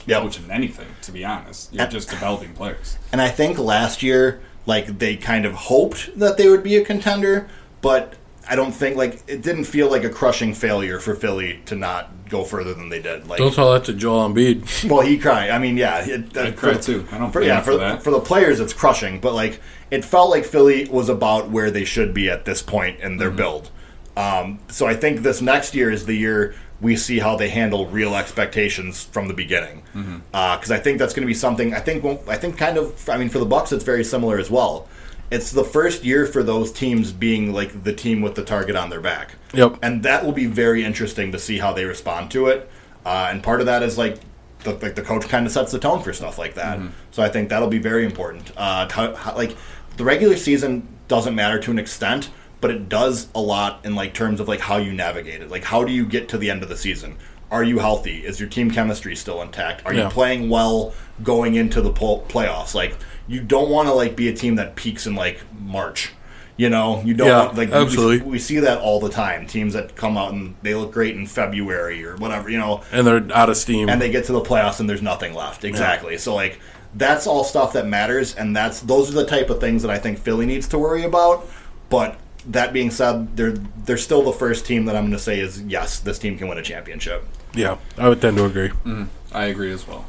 Speaker 1: Yeah.
Speaker 3: coaching anything, to be honest. You're just developing players.
Speaker 1: And I think last year, like they kind of hoped that they would be a contender, but I don't think like it didn't feel like a crushing failure for Philly to not go further than they did. Like,
Speaker 2: Don't tell that to Joel Embiid.
Speaker 1: well, he cried. I mean, yeah, it,
Speaker 3: I cried too. I don't
Speaker 1: For,
Speaker 3: blame
Speaker 1: yeah,
Speaker 3: him
Speaker 1: for,
Speaker 3: for that.
Speaker 1: for the players, it's crushing. But like, it felt like Philly was about where they should be at this point in
Speaker 3: Mm-hmm.
Speaker 1: their build. Um, so I think this next year is the year we see how they handle real expectations from the beginning, because
Speaker 3: Mm-hmm.
Speaker 1: I think that's going to be something. I think won't- I think kind of. I mean, for the Bucks, it's very similar as well. It's the first year for those teams being like the team with the target on their back.
Speaker 2: Yep.
Speaker 1: And that will be very interesting to see how they respond to it. Uh, and part of that is like the, like the coach kind of sets the tone for stuff like that.
Speaker 2: Mm-hmm.
Speaker 1: So I think that'll be very important. Uh, how, how, like the regular season doesn't matter to an extent, but it does a lot in like terms of like how you navigate it. Like how do you get to the end of the season? Are you healthy? Is your team chemistry still intact? Are
Speaker 2: Yeah.
Speaker 1: you playing well going into the pl- playoffs? Like you don't want to like be a team that peaks in like March. You know, you don't
Speaker 2: Yeah,
Speaker 1: want, like we-
Speaker 2: absolutely.
Speaker 1: we see that all the time. Teams that come out and they look great in February or whatever, you know,
Speaker 2: and they're out of steam.
Speaker 1: and they get to the playoffs and there's nothing left. Exactly. So like that's all stuff that matters, and that's those are the type of things that I think Philly needs to worry about. But that being said, they're they're still the first team that I'm going to say is yes, this team can win a championship.
Speaker 2: yeah, I would tend to agree.
Speaker 3: I agree as well.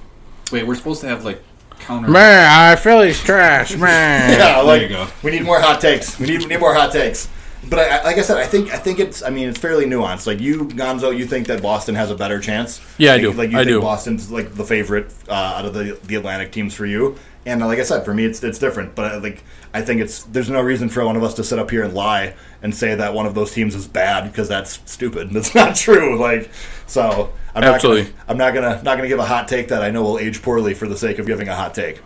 Speaker 3: Wait, we're supposed to have like counter.
Speaker 2: Man, I Philly's trash. Man,
Speaker 1: Yeah, like
Speaker 3: you go.
Speaker 1: we need more hot takes. We need we need more hot takes. But I, I- like I said, I think I think it's I mean it's fairly nuanced. Like you, Gonzo, you think that Boston has a better chance.
Speaker 2: Yeah, I
Speaker 1: Like-
Speaker 2: do.
Speaker 1: Like you
Speaker 2: I
Speaker 1: think
Speaker 2: do.
Speaker 1: Boston's like the favorite uh, out of the the Atlantic teams for you. And uh, like I said, for me, it's it's different. But I, like I think it's there's no reason for one of us to sit up here and lie and say that one of those teams is bad because that's stupid. That's not true. Like so, I'm
Speaker 2: Absolutely.
Speaker 1: Not gonna, I'm not gonna not gonna give a hot take that I know will age poorly for the sake of giving a hot take.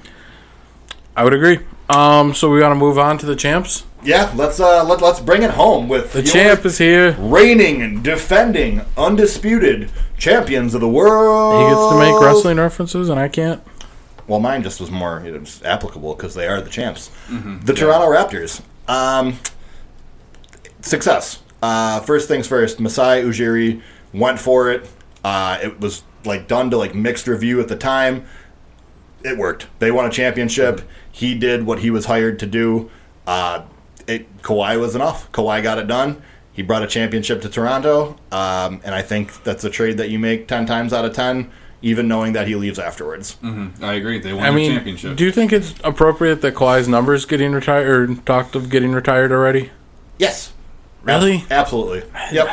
Speaker 2: I would agree. Um, so we got to move on to the champs.
Speaker 1: Yeah, let's uh let, let's bring it home with
Speaker 2: The champ is here.
Speaker 1: reigning and defending undisputed champions of the world.
Speaker 2: He gets to
Speaker 1: Oh.
Speaker 2: make wrestling references, and I can't.
Speaker 1: Well, mine just was more it was applicable because they are the champs. The Toronto Raptors. Um, success. Uh, first things first. Masai Ujiri went for it. Uh, it was like done to like mixed review at the time. It worked. They won a championship. He did what he was hired to do. Uh, it, Kawhi was enough. Kawhi got it done. He He brought a championship to Toronto, um, and I think that's a trade that you make ten times out of ten, even knowing that he leaves afterwards.
Speaker 3: I agree. They won
Speaker 2: I
Speaker 3: the
Speaker 2: mean,
Speaker 3: championship.
Speaker 2: do you think it's appropriate that Kawhi's number's getting retired or talked of getting retired already?
Speaker 1: Yes,
Speaker 2: Really?
Speaker 1: Absolutely. Yep.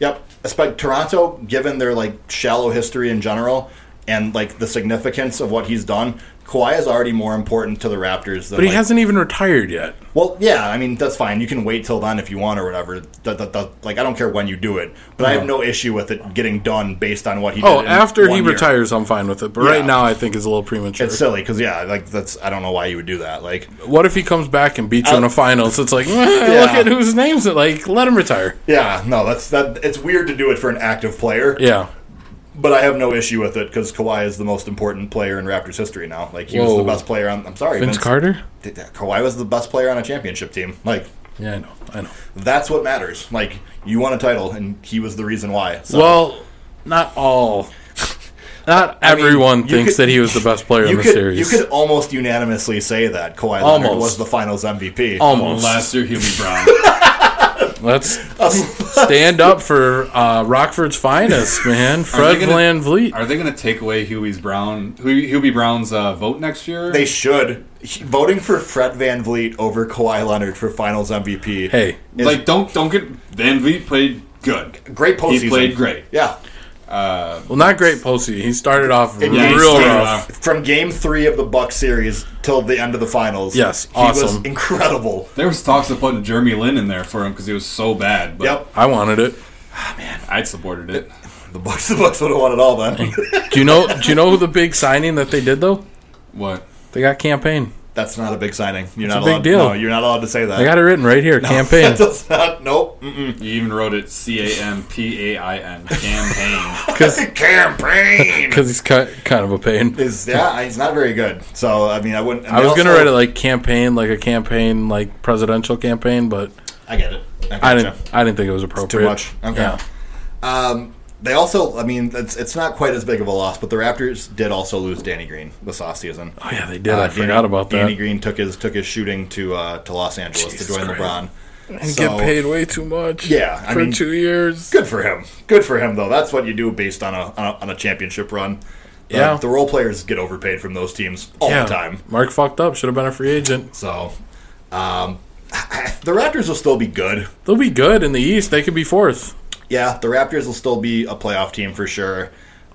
Speaker 1: Yep. Especially Toronto, given their like shallow history in general and like the significance of what he's done, Kawhi is already more important to the Raptors than
Speaker 2: But he
Speaker 1: like-
Speaker 2: hasn't even retired yet.
Speaker 1: Well, yeah, I mean that's fine. You can wait till then if you want or whatever. That- that- that- like I don't care when you do it, but I have no issue with it getting done based on what he did.
Speaker 2: Mm-hmm. Oh,
Speaker 1: in
Speaker 2: after he
Speaker 1: one year.
Speaker 2: retires, I'm fine with it. But right
Speaker 1: Yeah.
Speaker 2: now, I think it's a little premature.
Speaker 1: It's silly because yeah, like that's I don't know why you would do that. Like
Speaker 2: what if he comes back and beats you
Speaker 1: Uh,
Speaker 2: in a finals? It's like, "Eh, look at whose name's it. Like, let him retire.
Speaker 1: yeah, no, that's that. It's weird to do it for an active player.
Speaker 2: Yeah.
Speaker 1: But I have no issue with it because Kawhi is the most important player in Raptors history now. Like he was
Speaker 2: Whoa.
Speaker 1: the best player on. I'm sorry,
Speaker 2: Vince Carter?
Speaker 1: Th- th- Kawhi was the best player on a championship team. Like
Speaker 2: Yeah, I know. I know.
Speaker 1: that's what matters. Like you won a title, and he was the reason why. So
Speaker 2: Well, not all. Not
Speaker 1: mean,
Speaker 2: everyone
Speaker 1: you
Speaker 2: thinks
Speaker 1: could-
Speaker 2: that he was the best player in
Speaker 1: you
Speaker 2: the
Speaker 1: could
Speaker 2: series.
Speaker 1: you could almost unanimously say that Kawhi Leonard
Speaker 2: Almost. Um,
Speaker 1: was the Finals MVP.
Speaker 2: Almost.
Speaker 3: Last year, Hubie Brown.
Speaker 2: Let's
Speaker 1: Oh,
Speaker 2: stand up for uh, Rockford's finest, man. Fred
Speaker 3: gonna-
Speaker 2: Van Vliet.
Speaker 3: Are they going to take away Huey's Brown, Hu- Hubie Brown's uh, vote next year?
Speaker 1: They should He- voting for Fred Van VanVleet over Kawhi Leonard for Finals MVP.
Speaker 2: Hey,
Speaker 1: is
Speaker 3: like don't don't get Van Vliet played good.
Speaker 1: great postseason.
Speaker 3: He played great.
Speaker 1: Yeah,
Speaker 2: well, not great postseason. He started off
Speaker 1: Yeah, he
Speaker 2: real
Speaker 3: started
Speaker 2: rough.
Speaker 3: off-
Speaker 1: from Game Three of the Buck series till the end of the Finals.
Speaker 2: Yes,
Speaker 1: he was
Speaker 2: awesome.
Speaker 1: incredible.
Speaker 3: There was talks of putting Jeremy Lin in there for him because he was so bad. But
Speaker 1: Yep,
Speaker 2: I wanted it.
Speaker 3: I'd supported it.
Speaker 1: the Bucks. The Bucks would have won it all then.
Speaker 2: Do you know? Do you know the big signing that they did though?
Speaker 3: What?
Speaker 2: They got campaign.
Speaker 1: That's not a big signing. You're not
Speaker 2: a big
Speaker 1: allowed,
Speaker 2: deal.
Speaker 1: No, you're not allowed to say that.
Speaker 2: I got it written right here. Campaign.
Speaker 1: That does not. Nope. Mm-mm.
Speaker 3: You even wrote it C A M P A I N campaign.
Speaker 2: Because
Speaker 1: Campaign
Speaker 2: he's ki- kind of a pain.
Speaker 1: is yeah, he's not very good. So I mean, I wouldn't.
Speaker 2: I was gonna write it like campaign, like a campaign, like presidential campaign, but
Speaker 1: I get it.
Speaker 2: I
Speaker 1: gotcha.
Speaker 2: didn't. I didn't think it was appropriate.
Speaker 1: Too much. Okay.
Speaker 2: Yeah.
Speaker 1: Um, they also. I mean, it's it's not quite as big of a loss, but the Raptors did also lose Danny Green this offseason.
Speaker 2: Oh yeah, they did. I
Speaker 1: Uh, Danny-
Speaker 2: forgot about that.
Speaker 1: Danny Green took his took his shooting to uh, to Los Angeles
Speaker 2: Jesus
Speaker 1: to join
Speaker 2: Christ.
Speaker 1: LeBron.
Speaker 2: and
Speaker 1: So-
Speaker 2: get paid way too much.
Speaker 1: Yeah, I
Speaker 2: for
Speaker 1: mean-
Speaker 2: two years.
Speaker 1: Good for him. Good for him though. That's what you do based on a on a, on a championship run. The-
Speaker 2: Yeah.
Speaker 1: the role players get overpaid from those teams all
Speaker 2: yeah.
Speaker 1: the time.
Speaker 2: Mark fucked up. Should have been a free agent.
Speaker 1: So, um, the Raptors will still be good.
Speaker 2: They'll be good in the East. They could be fourth.
Speaker 1: Yeah, the Raptors will still be a playoff team for sure,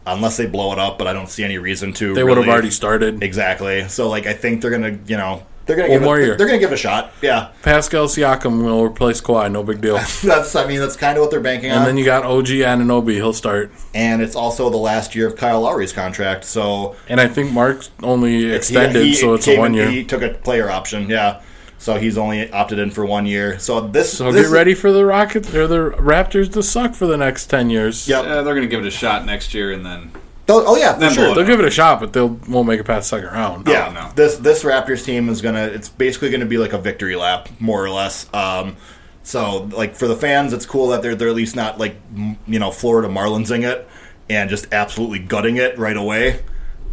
Speaker 1: unless they blow it up. But I don't see any reason to.
Speaker 2: They would have already started.
Speaker 1: exactly. So, like, I think they're gonna, you know, they're gonna
Speaker 2: One
Speaker 1: give
Speaker 2: more
Speaker 1: it,
Speaker 2: year.
Speaker 1: They're gonna give it a shot. Yeah,
Speaker 2: Pascal Siakam will replace Kawhi. No big deal.
Speaker 1: that's. I mean, that's kind of what they're banking on.
Speaker 2: And then you got OG Ananobi. He'll start.
Speaker 1: and it's also the last year of Kyle Lowry's contract, so
Speaker 2: And I think Mark's only
Speaker 1: he-
Speaker 2: extended,
Speaker 1: he
Speaker 2: so it's
Speaker 1: came
Speaker 2: a one
Speaker 1: and
Speaker 2: year.
Speaker 1: He took a player option. Yeah. So he's only opted in for one year. So this.
Speaker 2: So
Speaker 1: this
Speaker 2: get ready for the Rockets or the Raptors to suck for the next ten years.
Speaker 1: Yep.
Speaker 3: Yeah, they're gonna give it a shot next year, and then
Speaker 1: Oh yeah, for
Speaker 3: Then
Speaker 1: sure.
Speaker 3: blow it
Speaker 2: They'll give it a shot, but they'll won't make it past second round.
Speaker 1: Yeah,
Speaker 3: don't know.
Speaker 1: this this Raptors team is gonna. It's basically gonna be like a victory lap, more or less. Um, so like for the fans, it's cool that they're they're at least not like m- you know Florida Marlinsing it and just absolutely gutting it right away.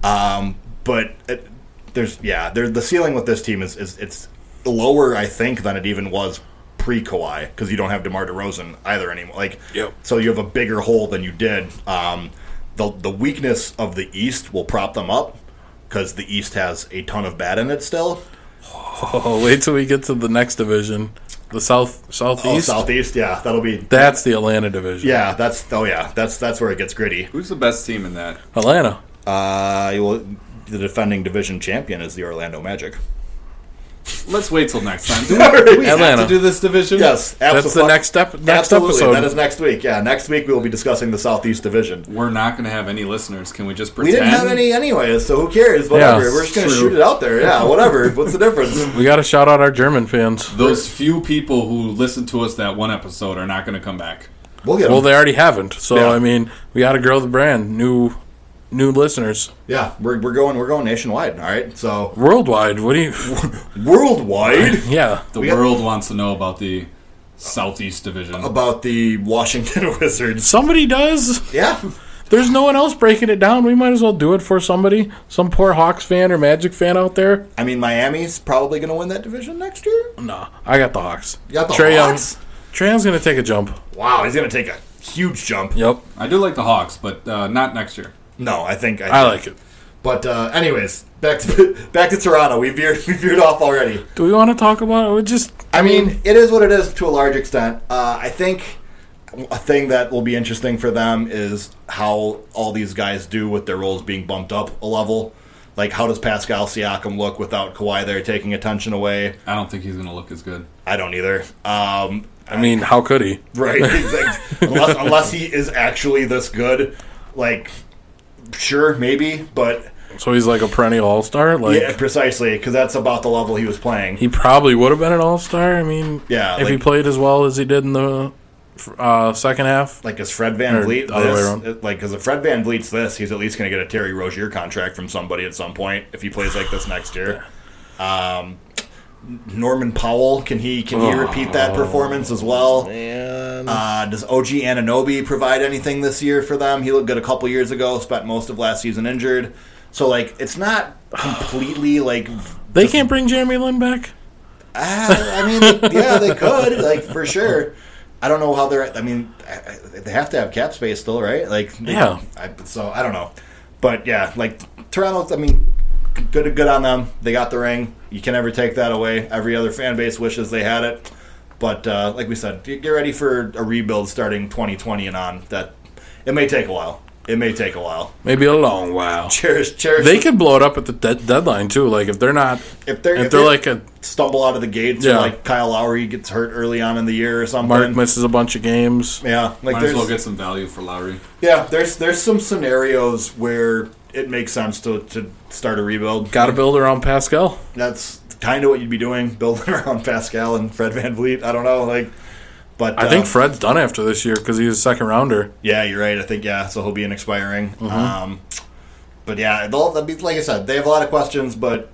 Speaker 1: Um, but it, there's yeah, there the ceiling with this team is, is it's lower I think than it even was pre Kawhi because you don't have Demar Derozan either anymore. Like
Speaker 2: Yep.
Speaker 1: so you have a bigger hole than you did. Um, the the weakness of the East will prop them up because the East has a ton of bad in it still.
Speaker 2: Oh, wait till we get to the next division, the South
Speaker 1: Oh,
Speaker 2: Southeast.
Speaker 1: Southeast, yeah, that'll be.
Speaker 2: That's the Atlanta division.
Speaker 1: Yeah, that's oh yeah, that's that's where it gets gritty.
Speaker 3: who's the best team in that?
Speaker 2: Atlanta.
Speaker 1: Uh, you will, the defending division champion is the Orlando Magic.
Speaker 3: Let's wait till next time. Do we, do we have
Speaker 2: Atlanta.
Speaker 3: to do this division?
Speaker 1: Yes,
Speaker 2: That's the
Speaker 1: absolute-
Speaker 2: next step. Next
Speaker 1: Absolutely,
Speaker 2: episode.
Speaker 1: that is next week. Yeah, next week we will be discussing the Southeast Division.
Speaker 3: We're not gonna have any listeners. Can we just
Speaker 1: We
Speaker 3: pretend?
Speaker 1: didn't have any anyways, so who cares? Whatever. We're just gonna
Speaker 3: true.
Speaker 1: shoot it out there. Yeah, whatever. What's the difference?
Speaker 2: we got to shout out our German fans.
Speaker 3: Those few people who listened to us that one episode are not gonna come back.
Speaker 1: We'll get.
Speaker 2: Well,
Speaker 1: them.
Speaker 2: they already haven't. So
Speaker 1: Yeah.
Speaker 2: I mean, we got to grow the brand. New, new listeners
Speaker 1: Yeah, we're, we're going we're going nationwide. All right, so
Speaker 2: worldwide. What do you?
Speaker 1: worldwide
Speaker 2: Yeah.
Speaker 3: The
Speaker 1: We got-
Speaker 3: world wants to know about the Southeast Division.
Speaker 1: about the Washington Wizards.
Speaker 2: Somebody does.
Speaker 1: Yeah,
Speaker 2: There's no one else breaking it down. We might as well do it for somebody. Some poor Hawks fan or Magic fan out there.
Speaker 1: I mean Miami's probably gonna win that division next year.
Speaker 2: No, I got the Hawks.
Speaker 1: You got the
Speaker 2: Trae
Speaker 1: Hawks?
Speaker 2: Young. Tran's going to take a jump.
Speaker 1: Wow, he's gonna take a huge jump.
Speaker 2: Yep.
Speaker 3: I do like the Hawks, but uh, not next year.
Speaker 1: No, I think
Speaker 2: I like it.
Speaker 1: But uh, anyways, back to back to Toronto. We veered we veered off already.
Speaker 2: Do we want to talk about it? We just.
Speaker 1: I mean, it is what it is to a large extent. Uh, I think a thing that will be interesting for them is how all these guys do with their roles being bumped up a level. Like, how does Pascal Siakam look without Kawhi there taking attention away?
Speaker 3: I don't think he's going to look as good.
Speaker 1: I don't either. Um,
Speaker 2: I mean, how could he?
Speaker 1: Right. Exact- unless unless he is actually this good, like sure, maybe, but
Speaker 2: So he's like a perennial all star. Like
Speaker 1: yeah, precisely because that's about the level he was playing.
Speaker 2: he probably would have been an all star. I mean,
Speaker 1: Yeah,
Speaker 2: if he
Speaker 1: like-
Speaker 2: played as well as he did in the uh, second half.
Speaker 1: like is Fred Van
Speaker 2: Or
Speaker 1: Vliet
Speaker 2: the other way
Speaker 1: this?
Speaker 2: around.
Speaker 1: Like, because if Fred Van Vliet's this, he's at least going to get a Terry Rozier contract from somebody at some point if he plays like this next year. Um, Norman Powell, can he can
Speaker 2: Oh.
Speaker 1: he repeat that performance as well? Uh, does OG Ananobi provide anything this year for them? He looked good a couple years ago. Spent most of last season injured, so like it's not completely like.
Speaker 2: They can't bring Jeremy Lin back.
Speaker 1: ah, I mean, yeah, they could like for sure. I don't know how they're. I mean, I- I- they have to have cap space still, right? Like, they-
Speaker 2: Yeah.
Speaker 1: I, so I don't know, but yeah, like Toronto. I mean, good good on them. They got the ring. You can never take that away. Every other fan base wishes they had it, but uh, like we said, get get ready for a rebuild starting 2020 and on. That it may take a while. It may take a while.
Speaker 2: Maybe a long while.
Speaker 1: Cherish, cherish.
Speaker 2: They could blow it up at the de- deadline too. Like if they're not,
Speaker 1: if they're
Speaker 2: if they're like a
Speaker 1: stumble out of the gates,
Speaker 2: Yeah.
Speaker 1: or like Kyle Lowry gets hurt early on in the year or something.
Speaker 2: Mark misses a bunch of games.
Speaker 1: Yeah, like
Speaker 3: Might
Speaker 1: there's
Speaker 3: as well get some value for Lowry.
Speaker 1: yeah, there's there's some scenarios where it makes sense to, to start a rebuild.
Speaker 2: Got to build around Pascal.
Speaker 1: That's kind of what you'd be doing, building around Pascal and Fred Van Vliet. I don't know, like, but
Speaker 2: I
Speaker 1: uh,
Speaker 2: think Fred's done after this year because he's a second rounder.
Speaker 1: yeah, you're right. I think yeah, so he'll be an expiring.
Speaker 2: Mm-hmm.
Speaker 1: Um, but yeah, they'll, they'll be, like I said, they have a lot of questions, but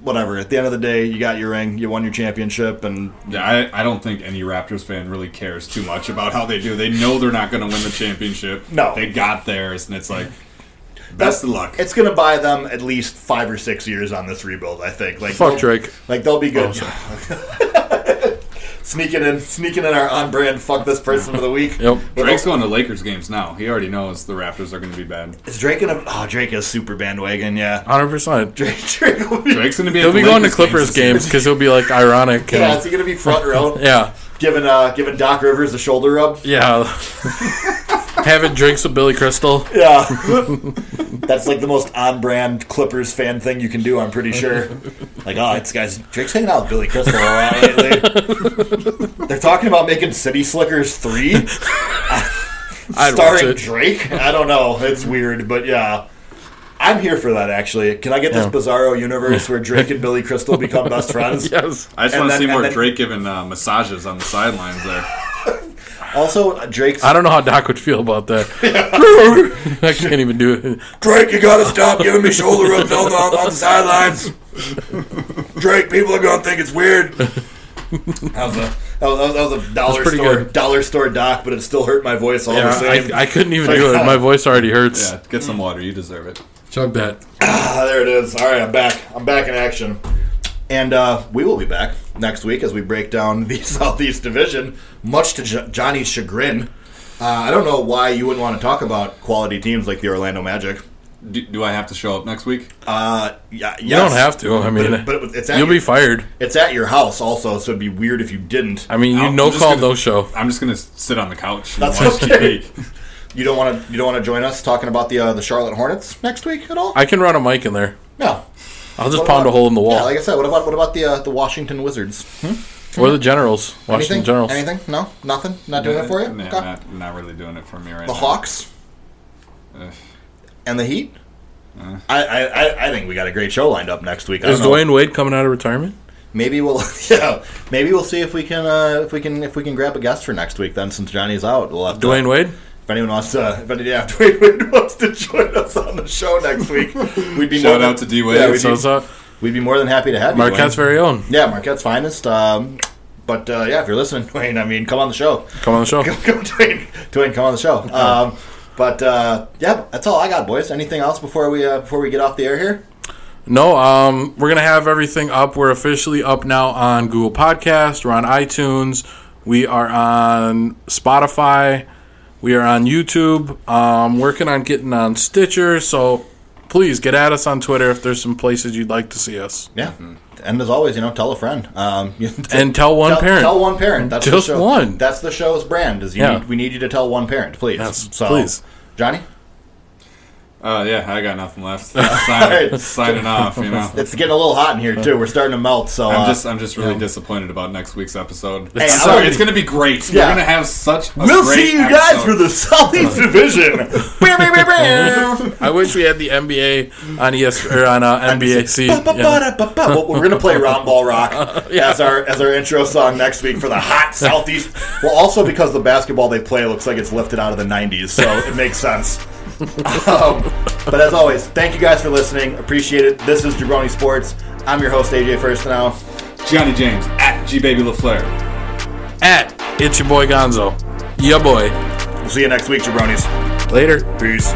Speaker 1: whatever. At the end of the day, you got your ring, you won your championship, and
Speaker 3: Yeah, I, I don't think any Raptors fan really cares too much about how they do. They know they're not going to win the championship.
Speaker 1: No.
Speaker 3: They got theirs, and it's like, best of luck.
Speaker 1: it's gonna buy them at least five or six years on this rebuild. I think. Like
Speaker 2: Fuck
Speaker 1: they'll-
Speaker 2: Drake.
Speaker 1: Like they'll be good. sneaking in, sneaking in our on-brand "fuck this person" for the week.
Speaker 2: Yep.
Speaker 3: Drake's going to Lakers games now. He already knows the Raptors are going to be bad.
Speaker 1: Is Drake in a? Oh, Drake is super bandwagon. Yeah,
Speaker 2: Hundred percent.
Speaker 1: Drake. Drake will be.
Speaker 3: Drake's going to be.
Speaker 2: He'll
Speaker 3: at the
Speaker 2: be going to
Speaker 3: Lakers
Speaker 2: Clippers
Speaker 3: games.
Speaker 2: games because he'll be like ironic.
Speaker 1: Yeah, is
Speaker 2: And,
Speaker 1: he gonna be front row?
Speaker 2: yeah,
Speaker 1: Giving uh, giving Doc Rivers a shoulder rub.
Speaker 2: yeah. Having drinks with Billy Crystal.
Speaker 1: Yeah, that's like the most on-brand Clippers fan thing you can do. I'm pretty sure. Like, oh, it's guys. Drake's hanging out with Billy Crystal a lot lately. They're talking about making City Slickers three.
Speaker 2: I'd watch
Speaker 1: starring
Speaker 2: it.
Speaker 1: Drake. I don't know. It's weird, but yeah. I'm here for that actually. Can I get this
Speaker 2: Yeah.
Speaker 1: bizarro universe where Drake and Billy Crystal become best friends?
Speaker 2: Yes.
Speaker 3: I
Speaker 1: And
Speaker 3: just want to
Speaker 1: then-
Speaker 3: see
Speaker 1: and
Speaker 3: more
Speaker 1: then-
Speaker 3: Drake giving uh, massages on the sidelines there.
Speaker 1: Also, uh, Drake's
Speaker 2: I don't know how Doc would feel about that. I can't even do it.
Speaker 1: Drake, you gotta stop giving me shoulder rubs on the, on the sidelines. Drake, people are gonna think it's weird. That was a that was, that was a dollar
Speaker 2: pretty
Speaker 1: store
Speaker 2: good.
Speaker 1: dollar store doc, but it still hurt my voice all the
Speaker 2: Yeah,
Speaker 1: same.
Speaker 2: I, I couldn't even do it. My voice already hurts.
Speaker 3: Yeah, get some water. You deserve it.
Speaker 2: Chug that.
Speaker 1: Ah, there it is. All right, I'm back. I'm back in action. And uh, we will be back next week as we break down the Southeast Division, much to jo- Johnny's chagrin. Uh, I don't know why you wouldn't want to talk about quality teams like the Orlando Magic.
Speaker 3: Do, do I have to show up next week?
Speaker 1: Uh, yeah,
Speaker 2: You don't have to. I mean,
Speaker 1: but it- it's at
Speaker 2: you'll
Speaker 1: your,
Speaker 2: be fired.
Speaker 1: it's at your house also, so it'd be weird if you didn't.
Speaker 2: I mean, you
Speaker 3: I'm
Speaker 2: no
Speaker 3: just
Speaker 2: call,
Speaker 3: gonna-
Speaker 2: no show.
Speaker 3: I'm just going to sit on the couch. And
Speaker 1: That's
Speaker 3: watch
Speaker 1: okay.
Speaker 3: TV.
Speaker 1: You don't want to. You don't want to join us talking about the uh, the Charlotte Hornets next week at all?
Speaker 2: I can run a mic in there.
Speaker 1: no.
Speaker 2: I'll just
Speaker 1: What
Speaker 2: pound
Speaker 1: about-
Speaker 2: a hole in the
Speaker 1: Yeah,
Speaker 2: wall.
Speaker 1: like I said, what about what about the uh, the Washington Wizards?
Speaker 2: or the Generals. Washington
Speaker 1: Anything?
Speaker 2: Generals.
Speaker 1: Anything? No, nothing. Not doing it for you.
Speaker 3: Nah,
Speaker 1: Okay.
Speaker 3: not, not really doing it for me right
Speaker 1: the
Speaker 3: now.
Speaker 1: Hawks
Speaker 3: Ugh.
Speaker 1: and the Heat. I, I, I- I think we got a great show lined up next week. I
Speaker 2: Is
Speaker 1: don't know.
Speaker 2: Dwayne Wade coming out of retirement?
Speaker 1: Maybe we'll yeah. Maybe we'll see if we can uh, if we can if we can grab a guest for next week. Then since Johnny's out, we'll have to-
Speaker 2: Dwayne Wade?
Speaker 1: If anyone wants to, if any, yeah, if Dwayne Wade wants to join us on the show next week, we'd be
Speaker 3: Shout
Speaker 1: more
Speaker 3: out to
Speaker 1: than,
Speaker 3: D Wade.
Speaker 1: Yeah, we
Speaker 2: So
Speaker 1: do.
Speaker 2: it's uh,
Speaker 1: We'd be more than happy to have you.
Speaker 2: Marquette's
Speaker 1: Dwayne.
Speaker 2: very own.
Speaker 1: yeah, Marquette's finest. Um, but uh, yeah, if you're listening, Dwayne, I mean, come on the show.
Speaker 2: Come on the show.
Speaker 1: Go, go, Dwayne, Dwayne, come on the show.
Speaker 2: Uh-huh.
Speaker 1: Um, but uh, yeah, that's all I got, boys. Anything else before we uh, before we get off the air here?
Speaker 2: No, um, we're gonna have everything up. We're officially up now on Google Podcast. We're on iTunes. We are on Spotify. We are on YouTube. Um, working on getting on Stitcher. So please get at us on Twitter if there's some places you'd like to see us.
Speaker 1: Yeah. And as always, you know, tell a friend. Um,
Speaker 2: And tell one
Speaker 1: tell,
Speaker 2: parent.
Speaker 1: Tell one parent. That's
Speaker 2: Just
Speaker 1: the show.
Speaker 2: one.
Speaker 1: That's the show's brand. Is you
Speaker 2: Yeah.
Speaker 1: need, we need you to tell one parent, please.
Speaker 2: Yes,
Speaker 1: so,
Speaker 2: please.
Speaker 1: Johnny,
Speaker 3: Uh, yeah, I got nothing left. Sign,
Speaker 1: right.
Speaker 3: signing off, you know.
Speaker 1: it's getting a little hot in here too. We're starting to melt. So
Speaker 3: I'm
Speaker 1: uh,
Speaker 3: just, I'm just really disappointed about next week's episode.
Speaker 1: Hey,
Speaker 3: It's
Speaker 1: I'm
Speaker 3: sorry,
Speaker 1: already-
Speaker 3: it's gonna be great.
Speaker 1: Yeah.
Speaker 3: We're gonna have such. A
Speaker 1: we'll
Speaker 3: great
Speaker 1: see you guys
Speaker 3: episode.
Speaker 1: for the Southeast Division. Bam, bam, bam, bam.
Speaker 2: I wish we had the NBA on ES or on uh, NBC. Yeah.
Speaker 1: Ba-ba-ba-da-ba-ba. Well, We're gonna play Round Ball Rock as our as our intro song next week for the hot Southeast. Well, also because the basketball they play looks like it's lifted out of the '90s, so it makes sense. Um, but as always, thank you guys for listening. Appreciate it. This is Jabroni Sports. I'm your host AJ First now.
Speaker 3: Johnny James at G Baby LaFleur.
Speaker 2: At it's your boy Gonzo. Yeah, boy.
Speaker 1: We'll see you next week, Jabronis.
Speaker 2: Later.
Speaker 1: Peace.